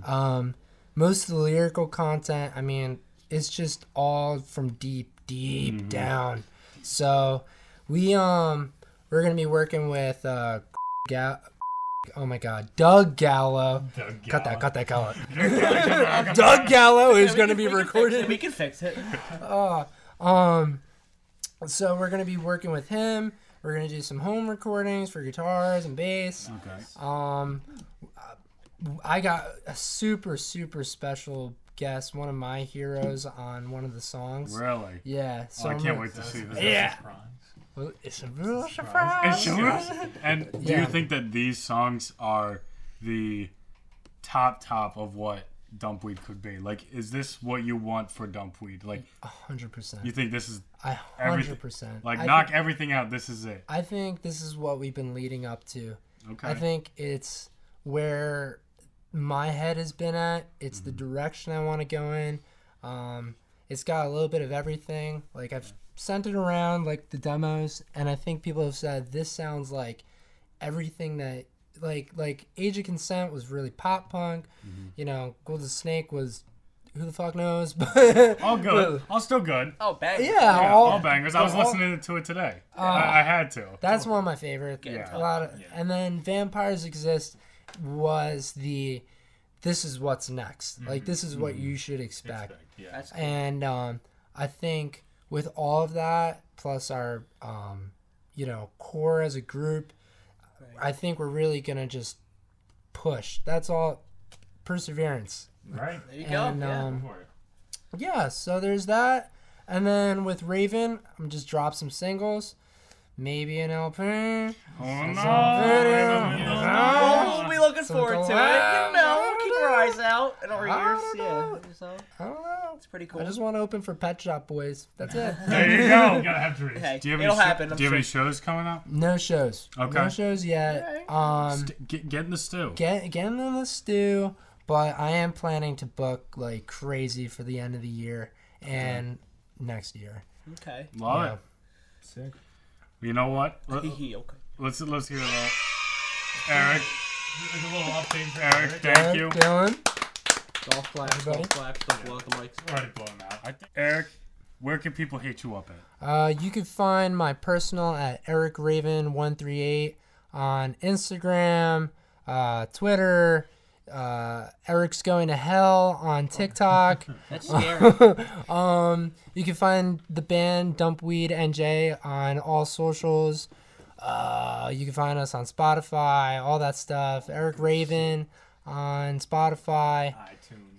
[SPEAKER 7] Um, most of the lyrical content, I mean, it's just all from deep, deep
[SPEAKER 14] Mhm.
[SPEAKER 7] down. So we um we're gonna be working with uh Ga- oh my god Doug Gallo.
[SPEAKER 1] Doug
[SPEAKER 7] Cut that, cut that, Gallo.
[SPEAKER 2] Gallo.
[SPEAKER 7] Doug Gallo
[SPEAKER 2] Yeah,
[SPEAKER 7] is
[SPEAKER 2] we
[SPEAKER 7] gonna
[SPEAKER 2] can-
[SPEAKER 7] be
[SPEAKER 2] we can fix it,
[SPEAKER 7] recorded.
[SPEAKER 2] we can fix it.
[SPEAKER 7] Uh, um, so we're gonna be working with him. We're gonna do some home recordings for guitars and bass.
[SPEAKER 1] Okay.
[SPEAKER 7] Um, I got a super super special guest, one of my heroes on one of the songs.
[SPEAKER 1] Really?
[SPEAKER 7] Yeah.
[SPEAKER 1] Oh, I
[SPEAKER 7] I'm
[SPEAKER 1] can't
[SPEAKER 7] gonna-
[SPEAKER 1] wait to see this.
[SPEAKER 7] Yeah.
[SPEAKER 1] Surprise.
[SPEAKER 7] Well, it's a real
[SPEAKER 1] And,
[SPEAKER 7] surprise.
[SPEAKER 1] sure- and do
[SPEAKER 7] Yeah.
[SPEAKER 1] you think that these songs are the top top of what Dumpweed could be? Like, is this what you want for Dumpweed? Like,
[SPEAKER 7] hundred percent.
[SPEAKER 1] you think this is
[SPEAKER 7] I
[SPEAKER 1] everything-
[SPEAKER 7] hundred percent.
[SPEAKER 1] Like,
[SPEAKER 7] I
[SPEAKER 1] knock
[SPEAKER 7] think-
[SPEAKER 1] everything out. This is it.
[SPEAKER 7] I think this is what we've been leading up to.
[SPEAKER 1] Okay.
[SPEAKER 7] I think it's where my head has been at. It's
[SPEAKER 1] Mm-hmm.
[SPEAKER 7] the direction I want to go in. Um, it's got a little bit of everything. Like I've sent it around, like the demos, and I think people have said this sounds like everything that like like Age of Consent was really pop punk.
[SPEAKER 1] Mm-hmm.
[SPEAKER 7] You know, Golden Snake was who the fuck knows, but
[SPEAKER 1] All good. All still good.
[SPEAKER 2] Oh, bangers.
[SPEAKER 7] Yeah,
[SPEAKER 1] Oh, Yeah,
[SPEAKER 7] all,
[SPEAKER 1] all bangers. I was
[SPEAKER 7] all-
[SPEAKER 1] listening to it today.
[SPEAKER 7] Uh,
[SPEAKER 1] I, I had to.
[SPEAKER 7] That's one of my favorite.
[SPEAKER 1] Yeah.
[SPEAKER 7] A lot of, and then Vampires Exist was the this is what's next. Like this is what you should Mm-hmm. expect.
[SPEAKER 1] yeah.
[SPEAKER 2] That's cool.
[SPEAKER 7] And um, I think with all of that plus our um, you know core as a group, I think we're really gonna just push. That's all. Perseverance.
[SPEAKER 1] Right. There
[SPEAKER 2] you go.
[SPEAKER 7] And,
[SPEAKER 2] Yeah.
[SPEAKER 7] um, yeah, so there's that. And then with Raven, I'm just drop some singles. Maybe an LP. Oh
[SPEAKER 2] Well, we'll be looking forward to it. You know, keep our eyes out and our
[SPEAKER 7] I
[SPEAKER 2] ears. Yeah. So,
[SPEAKER 7] I don't know.
[SPEAKER 2] It's pretty cool.
[SPEAKER 7] I just want to open for Pet Shop Boys. That's it.
[SPEAKER 1] There you go. Gotta have dreams.
[SPEAKER 2] Hey,
[SPEAKER 1] do you have
[SPEAKER 2] it'll
[SPEAKER 1] any sho-
[SPEAKER 2] happen, I'm
[SPEAKER 1] do you have any
[SPEAKER 2] sure.
[SPEAKER 1] shows coming up?
[SPEAKER 7] No shows.
[SPEAKER 1] Okay.
[SPEAKER 7] No shows yet. Um,
[SPEAKER 1] St- get, get in the stew.
[SPEAKER 7] get get in the stew, but I am planning to book like crazy for the end of the year and next year.
[SPEAKER 2] okay.
[SPEAKER 1] Love
[SPEAKER 7] Yeah.
[SPEAKER 1] it. Sick. You know what? Let,
[SPEAKER 2] okay.
[SPEAKER 1] Let's let's hear that. Eric.
[SPEAKER 11] a little update for
[SPEAKER 1] Eric,
[SPEAKER 11] Eric.
[SPEAKER 1] thank
[SPEAKER 7] Eric,
[SPEAKER 1] you.
[SPEAKER 7] Dylan.
[SPEAKER 3] Golf claps, golf
[SPEAKER 7] Everybody?
[SPEAKER 3] claps, don't blow out the mics.
[SPEAKER 1] Already blown out. I think, Eric, where can people hit you up at?
[SPEAKER 7] Uh, you can find my personal at Eric Raven one three eight on Instagram, uh, Twitter. Uh, Eric's going to hell on TikTok.
[SPEAKER 2] That's scary.
[SPEAKER 7] um, you can find the band Dumpweed NJ on all socials. Uh, you can find us on Spotify, all that stuff. Eric Raven on Spotify, iTunes,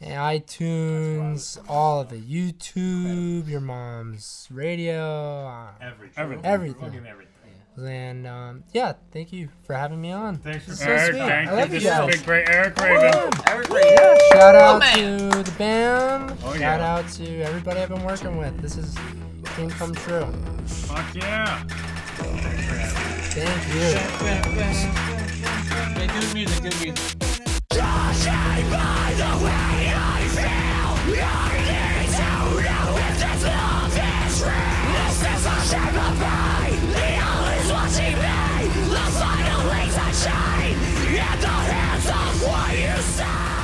[SPEAKER 7] and iTunes, all of it. YouTube, your mom's radio, uh,
[SPEAKER 11] Everything.
[SPEAKER 1] Everything.
[SPEAKER 7] everything.
[SPEAKER 11] Fucking everything.
[SPEAKER 7] And um, yeah, thank you for having me on.
[SPEAKER 11] Thanks
[SPEAKER 7] for
[SPEAKER 1] Eric, thank
[SPEAKER 7] I
[SPEAKER 1] you.
[SPEAKER 7] love
[SPEAKER 1] This
[SPEAKER 7] you
[SPEAKER 1] has
[SPEAKER 7] guys.
[SPEAKER 1] been great. Eric Raven.
[SPEAKER 2] Eric
[SPEAKER 7] Yeah, shout out
[SPEAKER 2] Oh,
[SPEAKER 7] to the band.
[SPEAKER 1] Oh,
[SPEAKER 7] shout
[SPEAKER 1] yeah.
[SPEAKER 7] out to everybody I've been working with. This is dream come true.
[SPEAKER 1] Fuck yeah.
[SPEAKER 7] Thank you.
[SPEAKER 2] Hey, good music, good music.
[SPEAKER 14] Shine at the hands of what you say.